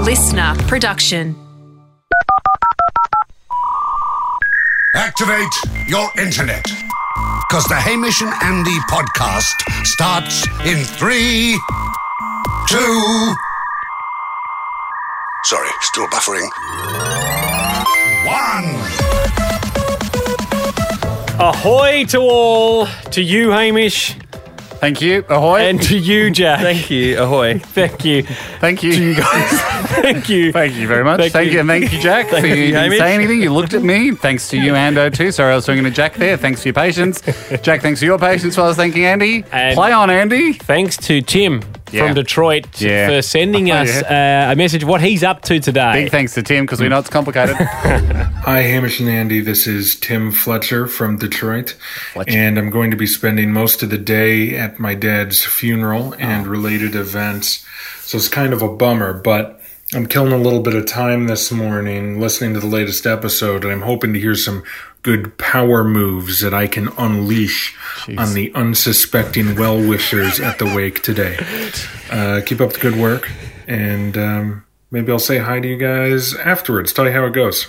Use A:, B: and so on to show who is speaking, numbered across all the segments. A: listener production.
B: Activate your internet. Because the Hamish and Andy podcast starts in three, two. Sorry, still buffering. One.
C: Ahoy to all, to you, Hamish,
D: Thank you. Ahoy.
C: and to you, Jack.
E: Thank you. Ahoy.
C: Thank you.
D: thank you.
C: Thank you.
D: thank you very much.
C: Thank
D: Thank,
C: you.
D: you. And thank you, Jack,
C: Thank
D: for you,
C: you,
D: didn't
C: Hamish.
D: say anything. You looked at me. Thanks to you, Ando, too. Sorry, I was talking to Jack there. Thanks for your patience. Jack, thanks for your patience while I was thanking Andy.
C: And-
D: Play on, Andy.
C: Thanks to Tim
D: Yeah.
C: from Detroit
D: Yeah.
C: for sending
D: Oh,
C: us uh, a message of what he's up to today.
D: Big thanks to Tim because we know it's complicated.
F: Hi, Hamish and Andy. This is Tim Fletcher from Detroit, and I'm going to be spending most of the day at my dad's funeral and related events. So it's kind of a bummer, but I'm killing a little bit of time this morning listening to the latest episode, and I'm hoping to hear some good power moves that I can unleash on the unsuspecting well wishers at the wake today. Uh, keep up the good work, and um, maybe I'll say hi to you guys afterwards. Tell you how it goes.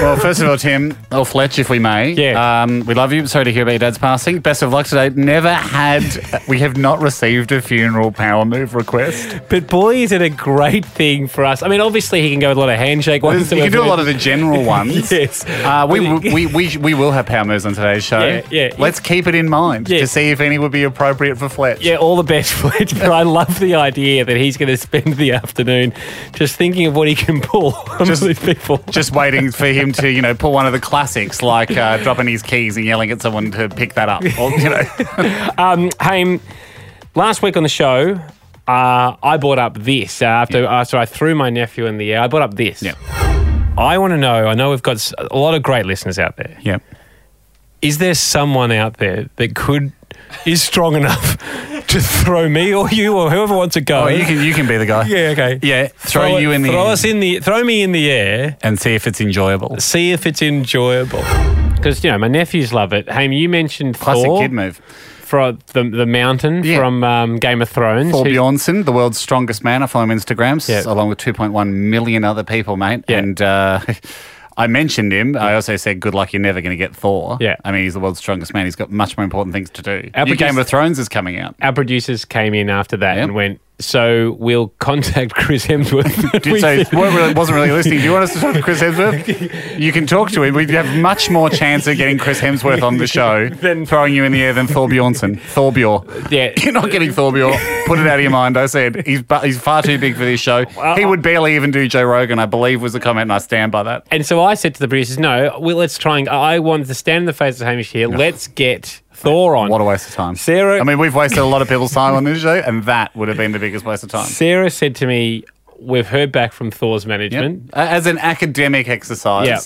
D: well, first of all, Tim, or Fletch, if we may.
C: Yeah.
D: Um, we love you. Sorry to hear about your dad's passing. Best of luck today. Never had, we have not received a funeral power move request.
C: But boy, is it a great thing for us. I mean, obviously, he can go with a lot of handshake
D: You
C: ones.
D: can do a lot of the general ones.
C: Yes.
D: Uh, we, we, we, we will have power moves on today's show.
C: Yeah, yeah.
D: Let's keep it in mind
C: Yeah.
D: to see if any would be appropriate for Fletch.
C: Yeah, all the best, Fletch. But I love the idea that he's going to spend the afternoon just thinking of what he can pull from
D: Just-
C: these people.
D: Just waiting for him to, you know, pull one of the classics like uh, dropping his keys and yelling at someone to pick that up. Or, you know,
C: Um, Haim, last week on the show, uh, I brought up this uh, after after I threw my nephew in the air. I brought up this.
D: Yeah.
C: I want to know. I know we've got s- a lot of great listeners out there.
D: yeah.
C: Is there someone out there that could is strong enough to throw me or you or whoever wants to go?
D: Oh, you can you can be the guy.
C: Yeah. Okay.
D: Yeah, throw you
C: it-
D: in the
C: throw
D: air.
C: us in the throw me in the air.
D: And see if it's enjoyable.
C: See if it's enjoyable. Because you know my nephews love it. Haim, you mentioned
D: Classic
C: Thor
D: kid move.
C: from the the mountain
D: Yeah.
C: from um, Game of Thrones.
D: Thor
C: who-
D: Bjornsson, the world's strongest man. I follow him on Instagram,
C: Yeah.
D: s along with 2.1 million other people, mate.
C: Yeah.
D: And uh, I mentioned him. I also said, good luck, you're never going to get Thor.
C: Yeah.
D: I mean, he's the world's strongest man. He's got much more important things to do.
C: Our producer-
D: Your Game of Thrones is coming out.
C: our producers came in after that
D: Yep.
C: and went, so we'll contact Chris Hemsworth.
D: Did
C: We
D: so
C: said-
D: weren't really, wasn't really listening. Do you want us to talk to Chris Hemsworth? You can talk to him. We'd have much more chance of getting Chris Hemsworth on the show
C: Than-
D: than throwing you in the air than Thor Bjornsson. Thorbjor.
C: Yeah.
D: You're not getting Thorbjor. Put it out of your mind. I said he's bu- he's far too big for this show. He would barely even do Joe Rogan, I believe was the comment, and I stand by that.
C: and so I said to the producers, no, well, let's try and, I wanted to stand in the face of Hamish here. Let's get Thor on.
D: What a waste of time.
C: Sarah-
D: I mean, we've wasted a lot of people's time on this show, and that would have been the biggest waste of time.
C: Sarah said to me, we've heard back from Thor's management.
D: Yep. As an academic exercise.
C: Yeah.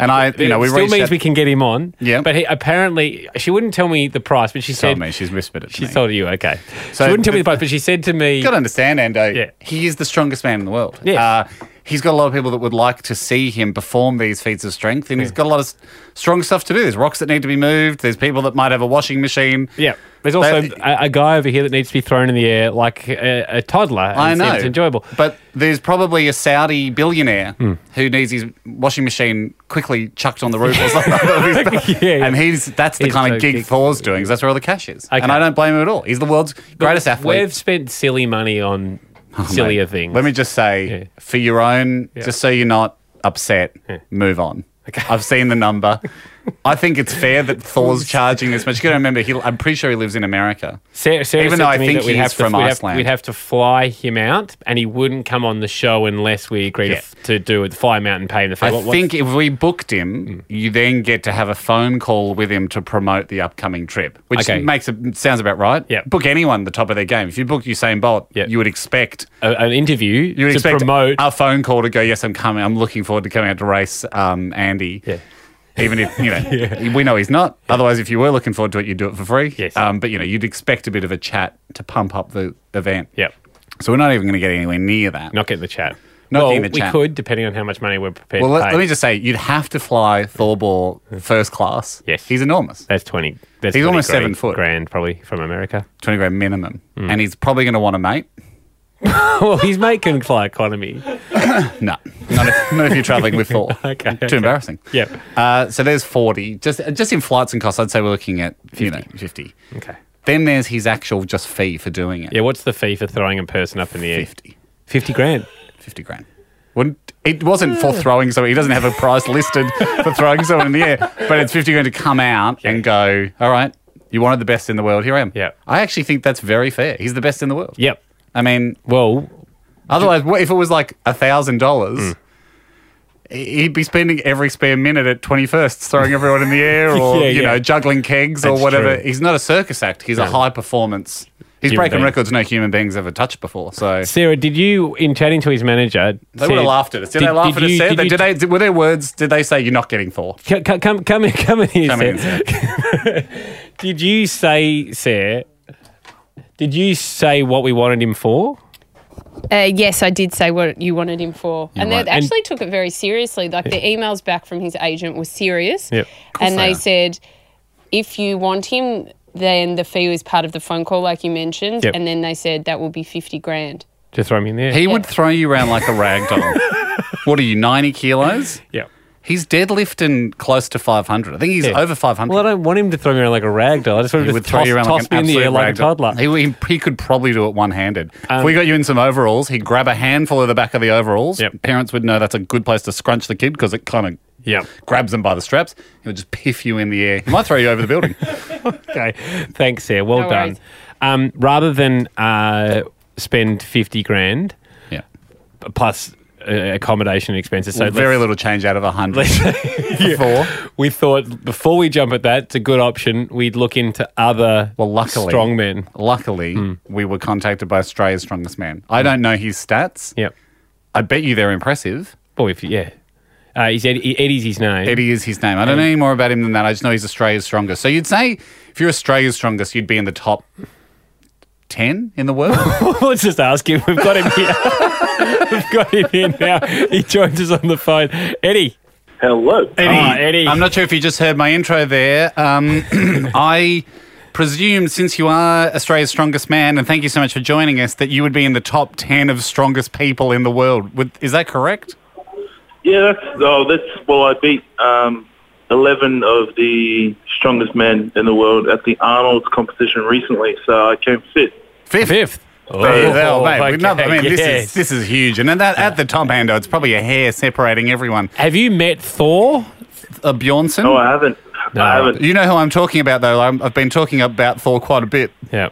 D: And I, you know, we
C: it still
D: reached
C: means
D: out-
C: we can get him on.
D: Yeah.
C: But he, apparently, she wouldn't tell me the price, but she
D: She told
C: said,
D: me. She's whispered it to
C: she
D: me.
C: told you, okay.
D: So
C: she wouldn't tell me the
D: the-
C: price, but she said to me,
D: you got to understand, Ando.
C: Yeah.
D: He is the strongest man in the world.
C: Yes.
D: Uh, he's got a lot of people that would like to see him perform these feats of strength, and he's got a lot of s- strong stuff to do. There's rocks that need to be moved. There's people that might have a washing machine.
C: yeah. There's also
D: But-
C: a, a guy over here that needs to be thrown in the air like a, a toddler. and
D: I
C: it's-
D: know.
C: It's enjoyable. Hmm.
D: But there's probably a Saudi billionaire who needs his washing machine quickly chucked on the roof or something.
C: Yeah, yeah.
D: And he's that's the
C: He's
D: kind
C: so
D: of gig
C: big.
D: Thor's doing, 'cause that's where all the cash is.
C: Okay.
D: And I don't blame him at all. He's the world's greatest
C: But
D: athlete. Oh,
C: We've spent silly money on sillier things.
D: Let me just say,
C: Yeah.
D: for your own, just so you're not upset, move on. I've seen the number. I think it's fair that Thor's charging this much. You got to remember, he, I'm pretty sure he lives in America.
C: Sarah, Sarah
D: Even
C: said
D: though
C: to
D: I
C: me
D: think
C: that we'd
D: he is
C: have to-
D: from
C: we'd have-
D: Iceland.
C: we'd have to fly him out, and he wouldn't come on the show unless we agreed
D: Yeah.
C: to, to do it. Fly him out and pay him the fee.
D: I
C: What- Hmm. what-
D: think if we booked him, you then get to have a phone call with him to promote the upcoming trip, which
C: Okay.
D: makes it sounds about right.
C: Yeah.
D: Book anyone the top of their game. If you book Usain Bolt,
C: Yeah.
D: you would expect
C: a- an interview
D: you would
C: to
D: expect
C: promote.
D: a phone call to go. Yes, I'm coming. I'm looking forward to coming out to race um, Andy.
C: Yeah.
D: Even if you know, we know he's not. Otherwise, if you were looking forward to it, you'd do it for free.
C: Yes.
D: Um, but you know, you'd expect a bit of a chat to pump up the event.
C: Yep.
D: So we're not even going to get anywhere near that.
C: Not get the chat.
D: Not
C: well,
D: getting the
C: we
D: chat.
C: could, depending on how much money we're prepared
D: Well,
C: to
D: let,
C: pay.
D: let me just say, you'd have to fly Thorbor first class.
C: Yes.
D: He's enormous.
C: That's twenty. That's 20
D: He's almost
C: grand,
D: seven foot.
C: Grand, probably from America. Mm.
D: 20 grand minimum. And he's probably going to want a mate.
C: well, his mate can fly economy.
D: No, not if, not if you're traveling with Thor.
C: Okay,
D: Too
C: okay.
D: embarrassing.
C: Yep.
D: Uh, so there's 40. Just just in flights and costs, I'd say we're looking at, you know, 50.
C: Okay.
D: Then there's his actual just fee for doing it.
C: Yeah, what's the fee for throwing a person up in the air?
D: 50.
C: 50 grand.
D: 50 grand. Wouldn't, it wasn't
C: Ah.
D: for throwing someone. He doesn't have a price listed for throwing someone in the air, but it's 50 grand to come out and go, all right, you wanted the best in the world. Here I am.
C: Yeah.
D: I actually think that's very fair. He's the best in the world.
C: Yep.
D: I mean,
C: Well,
D: Otherwise, what if it was like a thousand
C: Hmm.
D: dollars? He'd be spending every spare minute at twenty firsts throwing everyone in the air, or
C: Yeah,
D: you
C: yeah.
D: know, juggling kegs or
C: That's
D: whatever.
C: true.
D: He's not a circus act. He's a
C: No.
D: high performance. He's
C: Human
D: breaking
C: being.
D: records no human being's ever touched before. So
C: Sarah, did you, in chatting to his manager,
D: they would have laughed at us. Did, they laugh at us? Sarah? Did, they, did, were their words? Did they say you're not getting Thor?
C: they, come, come, come in, come in here,
D: Come in,
C: Sarah. did you say, Sarah? Did you say what we wanted him for?
A: Uh, yes, I did say what you wanted him for, and
D: right.
A: they
C: And-
A: actually took it very seriously. Like the emails back from his agent were serious,
C: Yep. Of
A: and
D: they
A: they
D: are.
A: said, if you want him, then the fee was part of the phone call, like you mentioned,
C: Yep.
A: and then they said that will be fifty grand.
C: To throw me in the air?
D: He would throw you around like a rag doll. what are you, ninety kilos?
C: yeah.
D: He's deadlifting close to five hundred. I think he's
C: Yeah.
D: over five hundred.
C: Well, I don't want him to throw me around like a rag doll. I just want him
D: He
C: to
D: would
C: toss,
D: throw you around
C: toss
D: like an
C: me in the air
D: absolute
C: like a
D: rag doll.
C: toddler. Um,
D: He, he, he could probably do it one handed. if we got you in some overalls, he'd grab a handful of the back of the overalls.
C: Yep.
D: Parents would know that's a good place to scrunch the kid because it kind of
C: Yep.
D: grabs them by the straps. He would just piff you in the air. He might throw you over the building.
C: Okay. Thanks, Sarah. Well
A: No
C: done.
A: worries.
C: Um, rather than uh, spend 50 grand
D: Yeah.
C: plus uh, accommodation expenses, so
D: So very
C: let's-
D: little change out of a hundred. Four.
C: we thought before we jump at that, it's a good option. We'd look into other
D: Well, luckily-
C: strong men. Hmm.
D: Luckily, we were contacted by Australia's strongest man. I don't know his stats.
C: Yep.
D: I bet you they're impressive.
C: Well, if yeah, uh, he's Eddie, Eddie's his name.
D: Eddie is his name. I don't know any more about him than that. I just know he's Australia's strongest. So you'd say if you're Australia's strongest, you'd be in the top 10 in the world.
C: Let's just ask him. We've got him here. We've got him here now. He joins us on the phone. Eddie.
E: Hello.
C: Eddie. Eddie.
D: I'm not sure if you just heard my intro there. Um, I presume since you are Australia's strongest man, and thank you so much for joining us, that you would be in the top 10 of strongest people in the world. Would, is that correct?
E: Yeah, that's oh, that's well, I beat um, eleven of the strongest men in the world at the Arnold's competition recently, so I came fit.
D: Fifth.
C: Fifth. Oh,
D: There you go, mate. We love- I mean, this
C: yes.
D: is this is huge, and at that at the top hand, it's probably a hair separating everyone.
C: Have you met Thor?
D: Uh,
C: Oh,
D: Bjornsson.
E: No, I haven't.
C: No.
E: I haven't.
D: You know who I'm talking about, though. I'm, I've been talking about Thor quite a bit.
C: Yeah.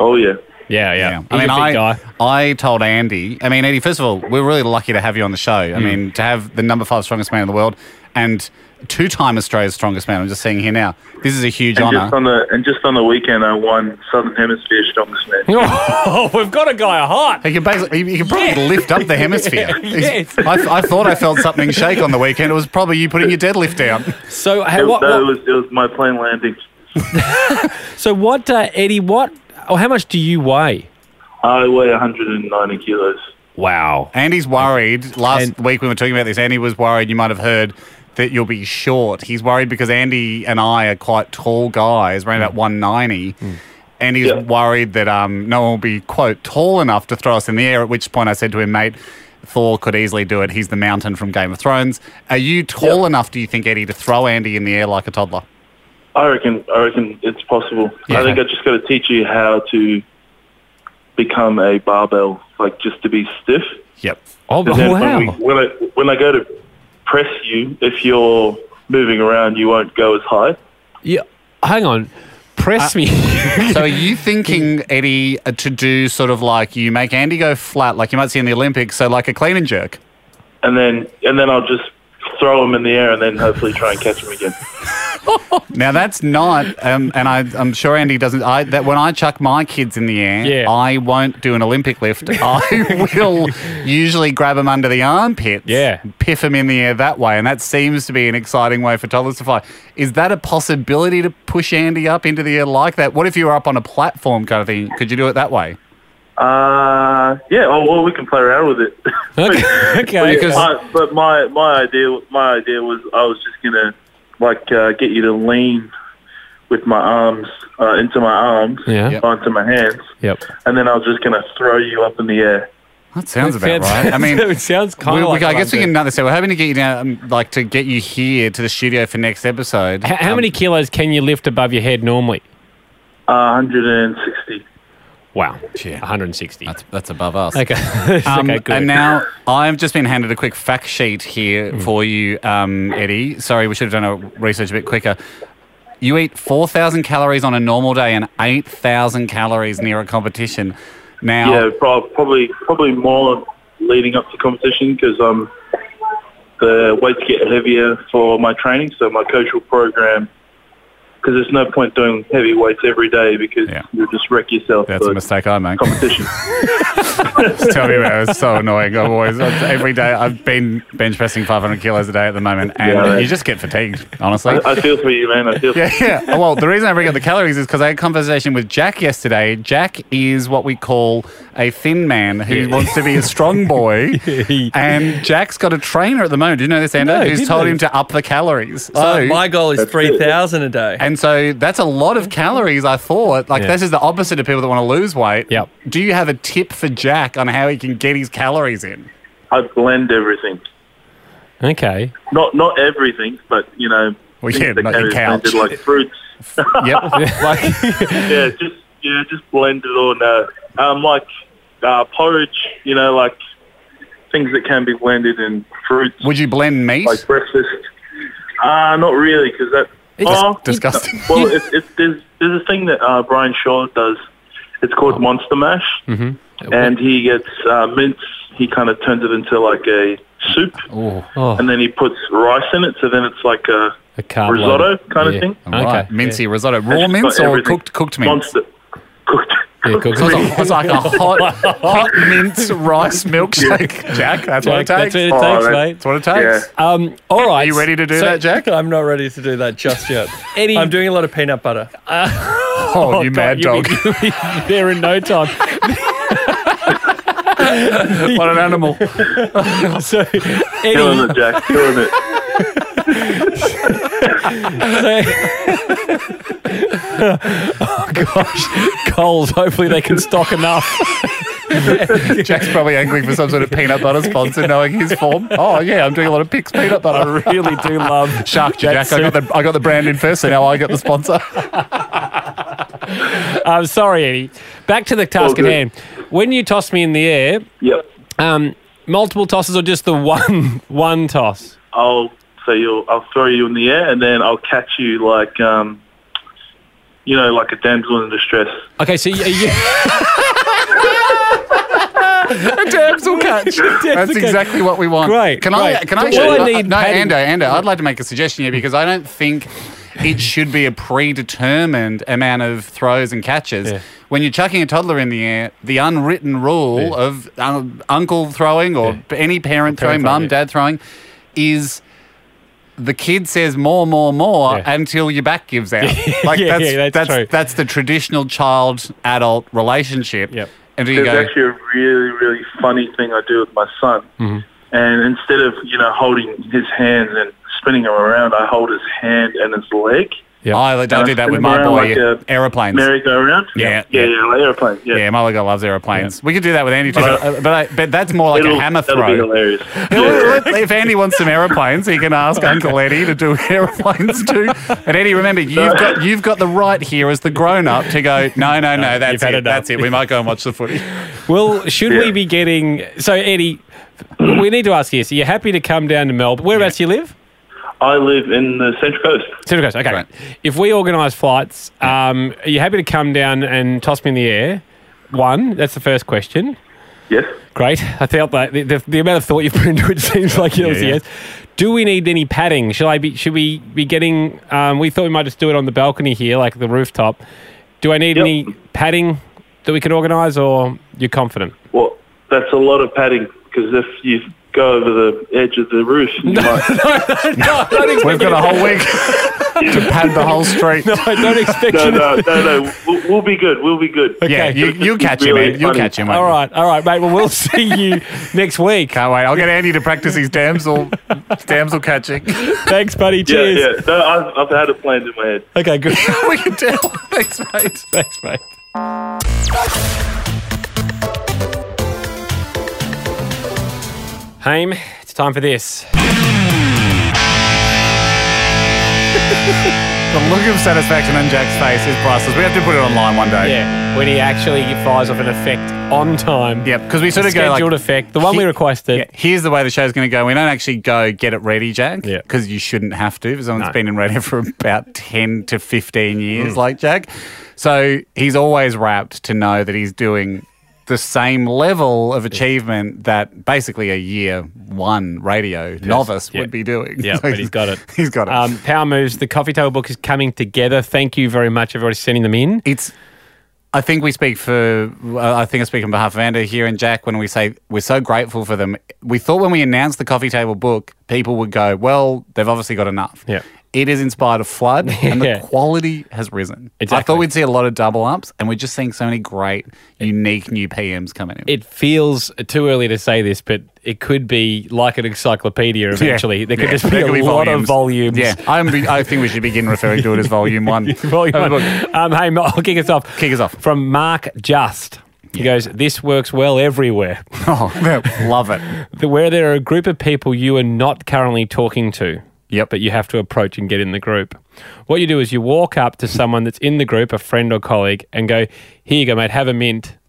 E: Oh yeah.
C: Yeah, yeah. He's
D: I
C: a
D: mean,
C: big
D: I
C: guy.
D: I told Andy. I mean, Andy. First of all, we're really lucky to have you on the show. I
C: Hmm.
D: mean, to have the number five strongest man in the world and two-time Australia's strongest man. I'm just seeing here now. This is a huge
E: And
D: honour.
E: just on the and just on the weekend, I won Southern Hemisphere Strongest Man.
C: Oh, we've got a guy hot.
D: you can basically you can probably
C: Yeah.
D: lift up the hemisphere.
C: Yes.
D: I, I thought I felt something shake on the weekend. It was probably you putting your deadlift down.
C: So, hey,
E: It,
C: what,
E: no,
C: what-
E: it was it was my plane landing.
C: so what, uh, Eddie? What? Or how much do you weigh?
E: I weigh 190 kilos.
C: Wow.
D: Andy's worried. Last
C: And-
D: week when we were talking about this, Andy was worried. You might have heard that you'll be short. He's worried because Andy and I are quite tall guys, around about 190. And he's
E: Yeah.
D: worried that um, no one will be, quote, tall enough to throw us in the air. At which point I said to him, mate, Thor could easily do it. He's the mountain from Game of Thrones. Are you tall enough, do you think, Eddie, to throw Andy in the air like a toddler?
E: I reckon. I reckon it's possible.
D: Yeah.
E: I think I just got to teach you how to become a barbell, like just to be stiff.
D: Yep.
C: Oh,
E: And then
C: wow.
E: when, we, when, I, when I go to press you, if you're moving around, you won't go as high.
C: Yeah, hang on. Press me.
D: So are you thinking, Eddie, uh, to do sort of like you make Andy go flat, like you might see in the Olympics, so like a clean and jerk?
E: And then, and then I'll just throw them in the air and then hopefully try and catch them again.
D: Now that's not, um, and I, I'm sure Andy doesn't. I, that when I chuck my kids in the air,
C: Yeah.
D: I won't do an Olympic lift. I will usually grab them under the armpits,
C: Yeah.
D: piff them in the air that way, and that seems to be an exciting way for toddlers to fly. Is that a possibility to push Andy up into the air like that? What if you were up on a platform kind of thing? Could you do it that way?
E: Uh, yeah, oh, well, we can play around with it.
C: okay. okay.
D: Because-
E: I, but my, uh, my idea, my idea was I was just going to like uh, get you to lean with my arms uh, into my arms
C: Yeah. Yep.
E: onto my hands,
C: Yep.
E: and then I was just gonna throw you up in the air.
D: That sounds
C: Sounds-
D: about right. I mean,
C: it sounds
D: we,
C: kind
D: we-
C: of like
D: I
C: what
D: guess
C: I'm
D: we can
C: doing.
D: another. So we're hoping to get you down, um, like, to get you here to the studio for next episode.
C: H- how
D: Um,
C: many kilos can you lift above your head normally?
E: Uh, 160.
C: Wow.
D: Yeah.
C: 160.
D: That's, that's above us.
C: okay. It's
D: Um,
C: okay, good.
D: And now I've just been handed a quick fact sheet here for you, um, Eddie. Sorry, we should have done our research a bit quicker. You eat 4,000 calories on a normal day and 8,000 calories near a competition. Now,
E: Yeah, prob- probably probably more leading up to competition because um, the weights get heavier for my training. So my coach will program because there's no point doing heavy weights every day because
D: Yeah.
E: you'll just wreck yourself.
D: that's
E: for
D: a mistake I make.
E: Competition.
D: Tell me about it. It's so annoying. I'm always every day. I've been bench pressing 500 kilos a day at the moment, and
E: Yeah, right.
D: you just get fatigued. Honestly,
E: I, I feel for you, man. I feel.
D: Yeah, yeah. Oh, Well, the reason I bring up the calories is because I had a conversation with Jack yesterday. Jack is what we call a thin man who wants to be a strong boy. And Jack's got a trainer at the moment. Do you know this, Ando?
G: No,
D: Who's
G: didn't
D: told
G: I?
D: him to up the calories.
C: Uh,
G: So my goal is three thousand a day.
D: and so that's a lot of calories, I thought. Like,
C: Yeah.
D: this is the opposite of people that want to lose weight.
C: Yep.
D: Do you have a tip for Jack on how he can get his calories in?
E: I blend everything.
C: okay.
E: Not not everything, but you know.
D: Well,
E: things
D: yeah,
E: that
D: not
E: can
D: your
E: be
D: couch.
E: blended, like fruits.
D: Yep. like,
E: yeah, just yeah, just blend it all now. Um, like uh, porridge, you know, like things that can be blended in fruits,
D: would you blend meat?
E: like breakfast. Uh, not really, because that. oh,
D: disgusting.
E: Well, it, it, there's there's a thing that uh, Brian Shaw does. It's
C: Oh.
E: called Monster Mash, mm-hmm. and he gets uh, mince. He kind of turns it into like a soup,
C: Oh,
E: and then he puts rice in it. So then it's like a
C: a carb
E: risotto
C: load.
E: kind
C: Yeah.
E: of thing.
D: All right.
C: Okay.
D: Mincy risotto.
E: It's
D: Raw
E: just
D: mince
E: got
D: or
E: everything.
D: cooked, cooked mince?
E: Monster cooked.
C: Yeah, cooked
D: So
C: mince.
D: it's, a, it's like a hot, hot mint rice milkshake, Jack. That's what it
C: Jack,
D: takes.
C: that's what it
E: Oh,
C: takes,
E: man.
C: mate.
D: That's what it takes.
C: Um, all right.
D: Are you ready to do
C: So-
D: that, Jack?
G: I'm not ready to do that just yet.
C: Eddie-
G: I'm doing a lot of peanut butter.
D: Oh, you mad dog!
C: You'll be there in no time.
D: what an animal!
C: So, Eddie,
E: Killing it, Jack. Killing it.
C: So- oh gosh, Coles. Hopefully they can stock enough.
D: Jack's probably angling for some sort of peanut butter sponsor, knowing his form. Oh yeah, I'm doing a lot of picks peanut butter.
C: I really do love
D: Shark Jack,
C: That's
D: I got the I got the brand in first, so now I got the sponsor.
C: I'm Um, sorry, Eddie. Back to the task at
E: good.
C: hand. When you toss me in the air,
E: Yep.
C: um, multiple tosses or just the one one toss?
E: I'll so you'll I'll throw you in the air and then I'll catch you like um you know, like a damsel in distress.
C: Okay, so you, you,
D: Damsel catch. That's
C: okay.
D: exactly what we want.
C: Great,
D: Can I?
C: great.
D: Can I?
C: All
D: actually-
C: I need,
D: no,
C: Paddy-
D: Ando, Ando. I'd like to make a suggestion here because I don't think it should be a predetermined amount of throws and catches.
C: Yeah.
D: When you're chucking a toddler in the air, the unwritten rule
C: Yeah.
D: of um, uncle throwing or any parent, throwing,
C: throwing,
D: mum,
C: yeah.
D: dad throwing, is. The kid says more, more, more
C: Yeah.
D: until your back gives out. Like
C: Yeah,
D: that's,
C: yeah, that's
D: that's
C: true.
D: that's the traditional child adult relationship.
C: Yep.
D: And you
E: There's
D: go,
E: actually a really, really funny thing I do with my son.
D: Mm-hmm.
E: And instead of, you know, holding his hands and spinning him around, I hold his hand and his leg.
C: Yeah.
D: Oh, I don't do that with my
E: Around
D: boy.
E: like a
D: airplanes.
E: Merry go round.
D: Yeah,
E: Yeah,
D: yeah.
E: yeah, like airplane. Yeah.
D: yeah, my little guy loves airplanes. We could do that with Andy too, but, uh, but, I, but that's more like
E: It'll-
D: a hammer
E: that'll be
D: throw.
E: hilarious. Yeah.
D: if Andy wants some airplanes, he can ask Uncle Eddie to do airplanes too. And Eddie, remember, you've got you've got the right here as the grown up to go. No, no, no, that's
C: you've had
D: it.
C: enough."
D: That's it. We might go and watch the footy.
C: well, should we
E: Yeah.
C: be getting? So, Eddie, we need to ask you. So, you're happy to come down to Melbourne? Whereabouts do you live?
E: I live in the Central Coast.
C: Central Coast. Okay.
D: Right.
C: If we organise flights, um, are you happy to come down and toss me in the air? One. That's the first question.
E: Yes.
C: Great. I felt that the, the, the amount of thought you put into it seems like yes,
D: yeah.
C: yes. Do we need any padding? Shall I be? Should we be getting? Um, we thought we might just do it on the balcony here, like the rooftop. Do I need
E: Yep.
C: any padding that we can organise, or you're confident?
E: Well, that's a lot of padding because if you go over the edge of the roof, you might
D: We've got a whole week. to pad the whole street.
C: I don't expect
E: No,
C: you to
E: no, no, no. We'll, we'll be good. We'll be good.
D: Yeah,
C: Okay.
D: you, you'll catch him,
E: Really
D: mate. You'll
E: funny.
D: catch him.
C: All right, all right, mate. Well, we'll see you next week.
D: Can't wait. I'll get Andy to practice his damsel damsel catching.
C: Thanks, buddy.
E: Yeah,
C: Cheers.
E: yeah. No, I've, I've had it planned in my head.
C: Okay, good.
D: we can tell. Thanks, mate.
C: Thanks, mate. Haim, it's time for this.
D: The look of satisfaction on Jack's face is priceless. We have to put it online one day.
C: Yeah, when he actually fires off an effect on time.
D: Yep, because we sort
C: The
D: of go like
C: scheduled effect, the one we
D: He-
C: requested.
D: Yeah, here's the way the show's going to go. We don't actually go get it ready, Jack.
C: Yeah.
D: Because you shouldn't have to. Because someone's
C: No. Mm.
D: been in radio for about ten to fifteen years, like Jack. So he's always wrapped to know that he's doing the same level of achievement that basically a year one radio novice
C: Yeah.
D: would be doing.
C: Yeah,
D: So
C: but he's got it.
D: He's got it.
C: Um, Power Moves, the coffee table book is coming together. Thank you very much, everybody, sending them in.
D: it's I think we speak for I think I speak on behalf of Andrew here and Jack when we say we're so grateful for them. We thought when we announced the coffee table book, people would go, "Well, they've obviously got enough."
C: Yeah.
D: It has inspired a flood, and
C: Yeah.
D: the quality has risen. I
C: Exactly.
D: thought we'd see a lot of double ups, and we're just seeing so many great, unique new PMs coming in.
C: It feels too early to say this, but it could be like an encyclopedia
D: Yeah.
C: eventually. There could
D: Yeah.
C: just be a
D: could
C: lot of volumes.
D: Yeah, I'm be- I think we should begin referring to it as volume one.
C: Volume
D: Have a
C: one.
D: look.
C: Um, hey, Ma- I'll kick us off.
D: Kick us off.
C: From Mark Just. He goes, This works well everywhere.
D: Oh, love it.
C: The- Where there are a group of people you are not currently talking to.
D: Yep.
C: But you have to approach and get in the group. What you do is you walk up to someone that's in the group, a friend or colleague, and go, Here you go, mate, have a mint.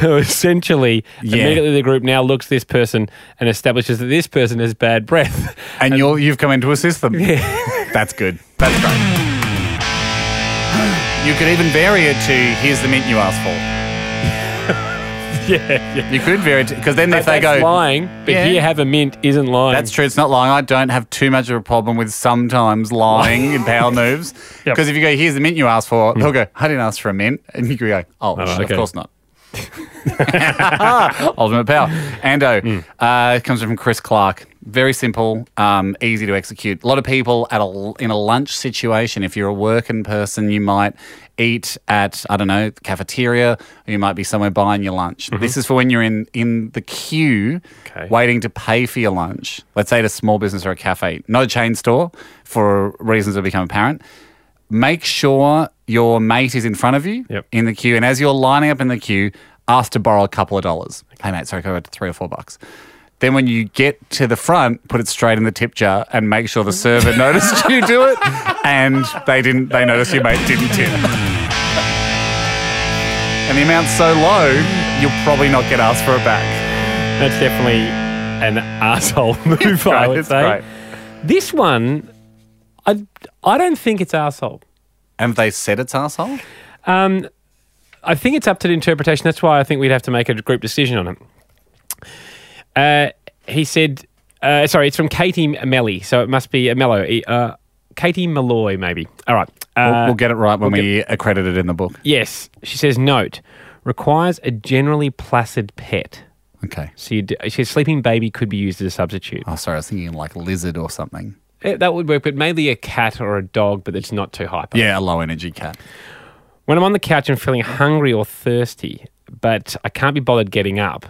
C: So essentially,
D: Yeah.
C: immediately the group now looks this person and establishes that this person has bad breath.
D: and you're, you've come in to assist them. That's good. That's great. You could even vary it to here's the mint you asked for.
C: yeah, yeah.
D: You could vary it because then if
C: That-
D: they go,
C: that's lying, but
D: Yeah.
C: here have a mint isn't lying.
D: that's true, it's not lying. I don't have too much of a problem with sometimes lying in power moves because
C: Yep. Hmm.
D: if you go here's the mint you asked for, they'll go I didn't ask for a mint, and you could go oh, shit,
C: okay.
D: of course not. Ultimate power. Ando uh, it comes from Chris Clark. Very simple, um, easy to execute. A lot of people at a, in a lunch situation. If you're a working person, you might eat at I don't know the cafeteria, or you might be somewhere buying your lunch. This is for when you're in in the queue,
C: Okay.
D: waiting to pay for your lunch. Let's say at a small business or a cafe, not a chain store, for reasons that become apparent make sure your mate is in front of you
C: Yep.
D: in the queue. And as you're lining up in the queue, ask to borrow a couple of dollars. Hey, mate, sorry, can I go to three or four bucks? Then when you get to the front, put it straight in the tip jar and make sure the server noticed you do it and they didn't they noticed your mate didn't tip. and the amount's so low, you'll probably not get asked for it back.
C: That's definitely an asshole move, I
D: Right,
C: would
D: it's
C: say.
D: great.
C: This one, I, I don't think it's asshole.
D: And they said it's asshole?
C: Um, I think it's up to the interpretation. That's why I think we'd have to make a group decision on it. Uh, he said, uh, sorry, it's from Katie Melly, so it must be a Mello. Uh, Katie Malloy, maybe. All right. Uh,
D: we'll, we'll get it right when we accredit it in the book.
C: yes, she says, note, requires a generally placid pet.
D: Okay.
C: So you d- she says, sleeping baby could be used as a substitute.
D: Oh, sorry, I was thinking like lizard or something.
C: Eh, that would work, but mainly a cat or a dog, but it's not too hyper.
D: Yeah, a low energy cat.
C: When I'm on the couch and feeling hungry or thirsty, but I can't be bothered getting up,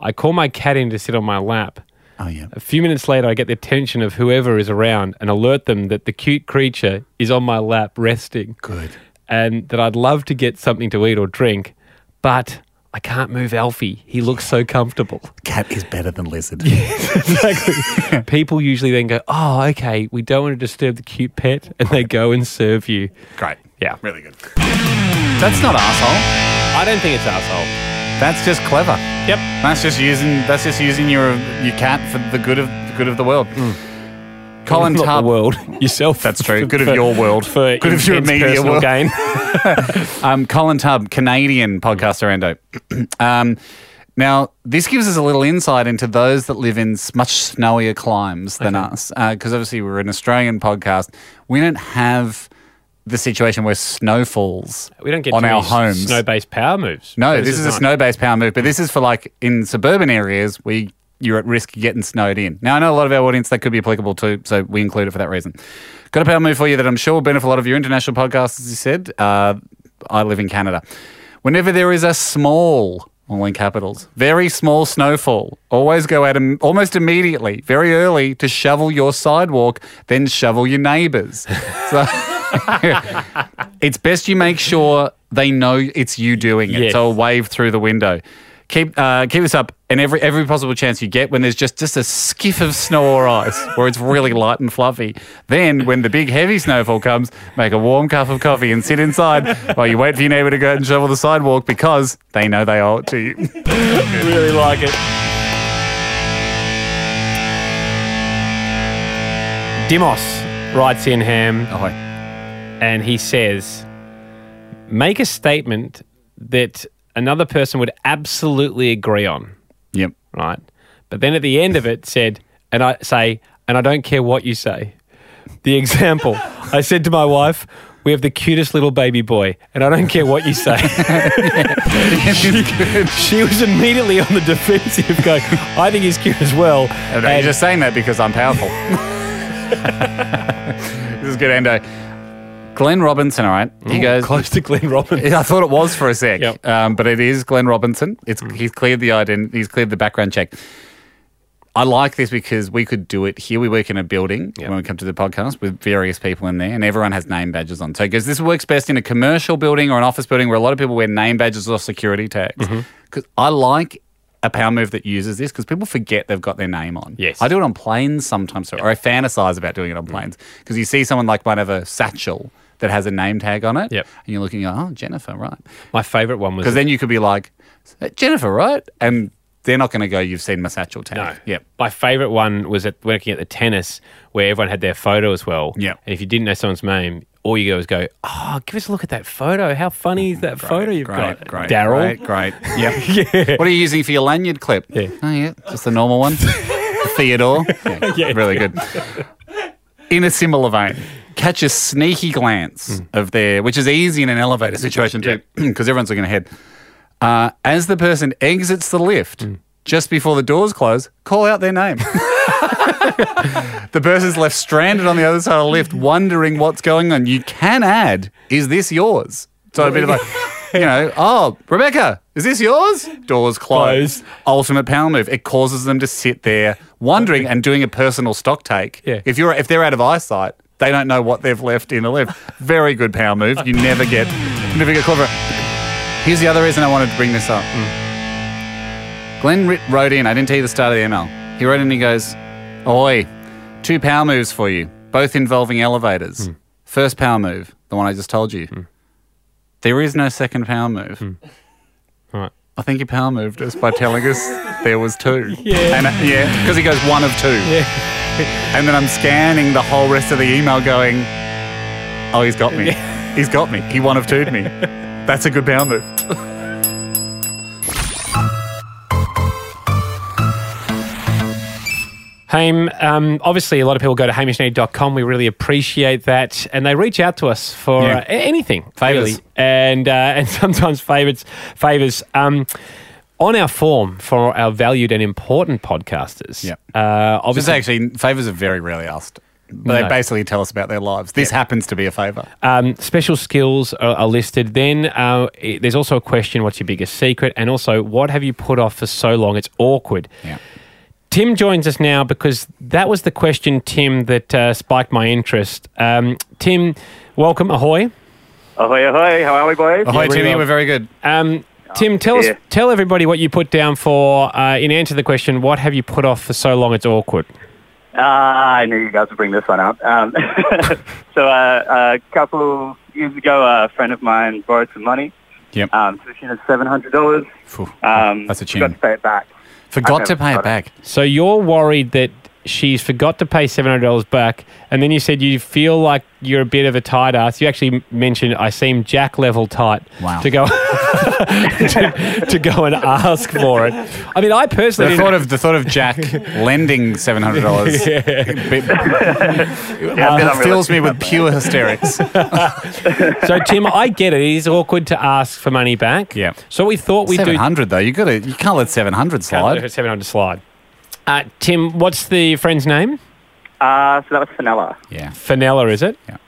C: I call my cat in to sit on my lap.
D: Oh, yeah.
C: A few minutes later, I get the attention of whoever is around and alert them that the cute creature is on my lap resting. Good. And that I'd love to get something to eat or drink, but I can't move Alfie. He looks so comfortable.
D: Cat is better than lizard.
C: Exactly. People usually then go, Oh, okay, we don't want to disturb the cute pet. And they go and serve you.
D: Great.
C: Yeah.
D: Really good. That's not asshole.
C: I don't think it's asshole.
D: That's just clever.
C: Yep.
D: That's just using that's just using your your cat for the good of the good of the world. Colin
C: Not
D: Tarp
C: the world yourself.
D: That's true. Good of
C: For-
D: your world.
C: for
D: Good of your
C: intense
D: media
C: personal
D: world.
C: gain.
D: um, Colin Tubb, Canadian podcaster, Ando. um, now, this gives us a little insight into those that live in s- much snowier climes than us, because obviously we're an Australian podcast. We don't have the situation where snow falls
C: we don't get
D: on
C: too
D: our
C: many
D: homes.
C: snow-based power moves.
D: No,
C: So
D: this, is, a
C: not-
D: snow based power move, but this is for like in suburban areas where you you're at risk of getting snowed in. Now, I know a lot of our audience that could be applicable to, so we include it for that reason. Got a power move for you that I'm sure will benefit a lot of your international podcasts, as you said. Uh, I live in Canada. Whenever there is a small, all in capitals, very small snowfall, always go out im- almost immediately, very early, to shovel your sidewalk, then shovel your neighbours. So it's best you make sure they know it's you doing it.
C: Yes.
D: So a wave through the window. Keep uh, keep this up, and every every possible chance you get when there's just just a skiff of snow or ice, where it's really light and fluffy. Then, when the big heavy snowfall comes, make a warm cup of coffee and sit inside while you wait for your neighbour to go out and shovel the sidewalk because they know they owe it to you. really like it.
C: Dimos writes in ham
D: Oh,
C: and he says, make a statement that another person would absolutely agree on,
D: yep.
C: right? But then at the end of it said, and I say, and I don't care what you say. The example, I said to my wife, we have the cutest little baby boy, and I don't care what you say. she was immediately on the defensive, going, I think he's cute as well.
D: Oh, no, you're just saying that because I'm powerful. this is good, Endo. Glenn Robinson, all right. He goes.
C: close to Glenn Robbins.
D: I thought it was for a sec,
C: Yep. Mm.
D: um, but it is Glenn Robinson. It's he's cleared the ident- he's cleared the background check. I like this because we could do it here. We work in a building when we come to the podcast with various people in there, and everyone has name badges on. So, because this works best in a commercial building or an office building where a lot of people wear name badges or security tags.
C: Mm-hmm.
D: Because I like a power move that uses this because people forget they've got their name on.
C: Yes. Mm.
D: I do it on planes sometimes, or I fantasize about doing it on planes because you see someone like might have a satchel that has a name tag on it,
C: Yep.
D: and you're looking, oh, Jennifer, right?
C: My favourite one was
D: Because then you could be like, Jennifer, right? And they're not going to go, you've seen my satchel tag.
C: No.
D: Yep.
C: My favourite one was at working at the tennis where everyone had their photo as well.
D: Yeah.
C: And if you didn't know someone's name, all you go is go, oh, give us a look at that photo. How funny is that photo you've
D: Great,
C: got?
D: great.
C: Daryl.
D: Great, great. Yep. What are you using for your lanyard clip?
C: Yeah.
D: Oh, yeah. Just the normal one. Theodore. Yeah, really good. In a similar vein, catch a sneaky glance
C: Hmm.
D: of their, which is easy in an elevator situation too, because everyone's looking ahead. Uh, as the person exits the lift,
C: Mm.
D: just before the doors close, call out their name. the person's left stranded on the other side of the lift, wondering what's going on. You can add, is this yours? So a bit of like, you know, oh, Rebecca, is this yours? Doors closed.
C: Close.
D: Ultimate power move. It causes them to sit there wondering and doing a personal stock take.
C: Yeah.
D: If you're if they're out of eyesight, they don't know what they've left in the lift. Very good power move. You never get never get clever. Here's the other reason I wanted to bring this up. Glenn writ- wrote in, I didn't tell you the start of the email. He wrote in and he goes, Oi, two power moves for you, both involving elevators. First power move, the one I just told you. There is no second power move.
C: Right.
D: I think he power moved us by telling us there was two. Yeah. And, uh, yeah, because he goes one of two. Yeah. and then I'm scanning the whole rest of the email going, oh, he's got me. He's got me. He one of two'd me. That's a good power move.
C: Haim, um, obviously, a lot of people go to hamishnade.com. We really appreciate that. And they reach out to us for
D: Yeah.
C: uh, a- anything,
D: Favours.
C: really. And, uh, and sometimes favorites, favors. Um, on our form for our valued and important podcasters.
D: Yep.
C: Uh, obviously,
D: Just actually, favors are very rarely asked. But
C: No.
D: they basically tell us about their lives. This happens to be a favor.
C: Um, special skills are, are listed. Then uh, i there's also a question: What's your biggest secret? And also, what have you put off for so long? It's awkward.
D: Yeah.
C: Tim joins us now because that was the question, Tim, that uh, spiked my interest. Um, Tim, welcome, ahoy.
H: Ahoy, ahoy. How are we, boys?
D: Hi,
C: really
D: Timmy.
C: well.
D: We're very good.
C: Um, Tim, tell us,
H: Yeah.
C: tell everybody what you put down for uh, in answer to the question. What have you put off for so long? It's awkward.
H: Ah, I knew you guys would bring this one up. Um, so uh, a couple years ago, a friend of mine borrowed some money.
D: Yep.
H: Um, so she had $700.
D: Phew.
H: Um,
D: Ah, That's a
H: Got to
D: tune.
H: pay it back.
D: Forgot
H: I've
D: to
H: never
D: pay it
H: got it.
D: back.
C: So you're worried that she's forgot to pay seven hundred dollars back, and then you said you feel like you're a bit of a tight ass. You actually m- mentioned I seem Jack level tight
D: Wow.
C: to go to, to go and ask for it. I mean, I personally
D: The
C: didn't-
D: thought of the thought of Jack lending seven hundred dollars fills me with pure hysterics.
C: so Tim, I get it. It is awkward to ask for money back.
D: Yeah.
C: So we thought we'd
D: Seven
C: do
D: hundred though, you got to you can't let seven hundred slide.
C: seven hundred slide. Uh, Tim, what's the friend's name?
H: Uh, so that was Fenella.
D: Yeah.
C: Fenella, is it?
D: Yeah.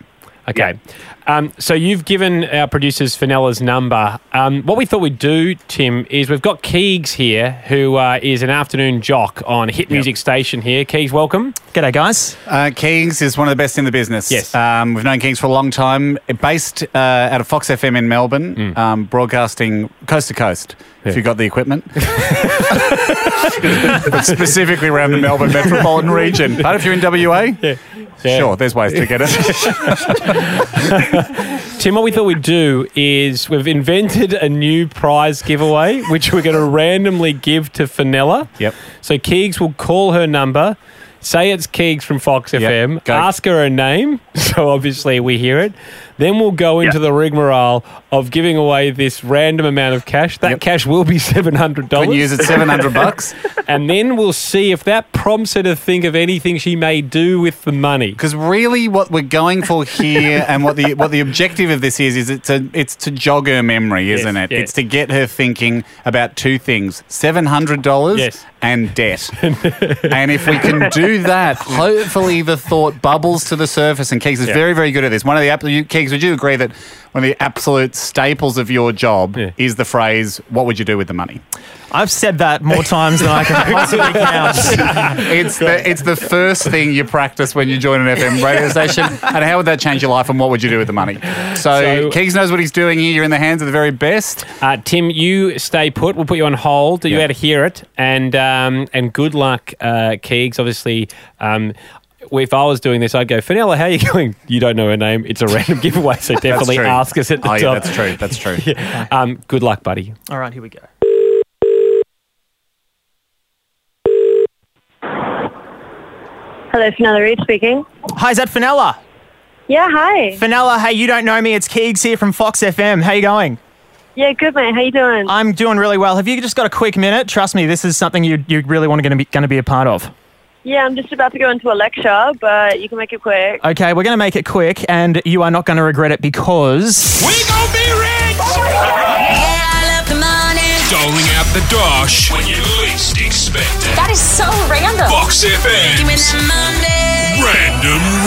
C: Okay. Um, so you've given our producers Fenella's number. Um, what we thought we'd do, Tim, is we've got Keegs here, who uh, is an afternoon jock on Hit Music Station here. Keegs, welcome.
I: G'day, guys.
D: Uh, Kings is one of the best in the business.
C: Yes.
D: Um, we've known Kings for a long time. Based uh, out of Fox FM in Melbourne, um, broadcasting coast to coast. If you got the equipment, but specifically around the Melbourne metropolitan region. But if you're in WA, sure, there's ways to get it.
C: Tim, what we thought we'd do is we've invented a new prize giveaway, which we're going to randomly give to Fenella.
D: Yep.
C: So Keegs will call her number, say it's Keegs from Fox FM,
D: go.
C: ask her her name, so obviously we hear it. Then we'll go into the rigmarole of giving away this random amount of cash. That
D: Yep.
C: cash will be seven hundred
D: When you
C: dollars,
D: use it, seven hundred bucks.
C: and then we'll see if that prompts her to think of anything she may do with the money.
D: Because really, what we're going for here, and what the what the objective of this is, is it's a, it's to jog her memory, isn't it?
C: yes.
D: It's to get her thinking about two things: seven hundred dollars
C: Yes.
D: and debt. and if we can do that, hopefully the thought bubbles to the surface. And Keeks is very very good at this. One of the ab- you- Keeks, would you agree that one of the absolute staples of your job
C: Yeah.
D: is the phrase "What would you do with the money"?
I: I've said that more times than I can possibly count.
D: It's the it's the first thing you practice when you join an FM radio station. And how would that change your life? And what would you do with the money? So,
C: So-
D: Keegs knows what he's doing here. You're in the hands of the very best.
C: Uh, Tim, you stay put. We'll put you on hold. You
D: Yeah.
C: had to hear it, and um, and good luck, uh, Keegs. Obviously. Um, if I was doing this, I'd go, Fenella, how are you going? You don't know her name. It's a random giveaway, so definitely
D: true.
C: ask us at the
D: oh,
C: top.
D: yeah, that's true. That's true.
C: Um, good luck, buddy.
I: All right, here we go.
J: Hello, Fenella Reed speaking.
I: Hi, is that Fenella?
J: Yeah, hi.
I: Fenella, hey, you don't know me. It's Keegs here from Fox FM. How you going?
J: Yeah, good mate. How you doing?
I: I'm doing really well. Have you just got a quick minute? Trust me, this is something you you really want to be going to be a part of.
J: yeah, I'm just about to go into a lecture, but you can make it quick.
I: Okay, we're going to make it quick, and you are not going to regret it because
B: We gonna be rich! Doling out the dosh when you least expect it.
K: That is so random.
B: Fox FM's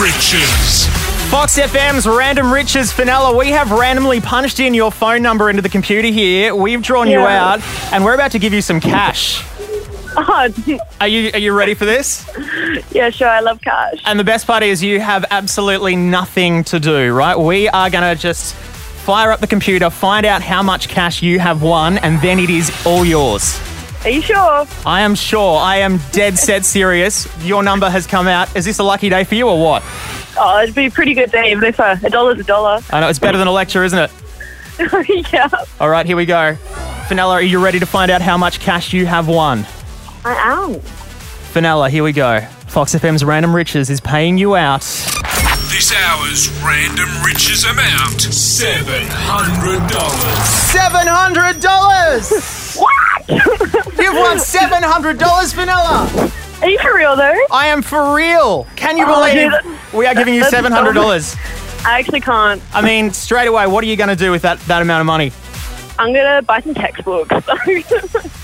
B: Random Riches.
I: Fox FM's Random Riches Finella. We have randomly punched in your phone number into the computer here. We've drawn you
J: Yeah.
I: out, and we're about to give you some cash.
J: Oh,
I: Are you are you ready for this?
J: yeah, sure. I love cash.
I: And the best part is you have absolutely nothing to do, right? We are going to just fire up the computer, find out how much cash you have won, and then it is all yours.
J: Are you sure?
I: I am sure. I am dead set serious. Your number has come out. Is this a lucky day for you or what?
J: Oh, it'd be a pretty good day, even if uh, a, a dollar's a dollar.
I: I know it's better than a lecture, isn't it?
J: yeah,
I: All right, here we go. Finella, are you ready to find out how much cash you have won?
J: I am.
I: Finella, here we go. Fox FM's Random Riches is paying you out.
B: This hour's Random Riches amount $700.
I: $700! what? You've won $700, Finella!
J: Are you for real though?
I: I am for real. Can you
J: Oh,
I: believe
J: dude.
I: we are giving you
J: That's
I: $700?
J: I actually can't.
I: I mean, straight away, what are you going to do with that, that amount of money?
J: I'm gonna buy some textbooks.
I: You're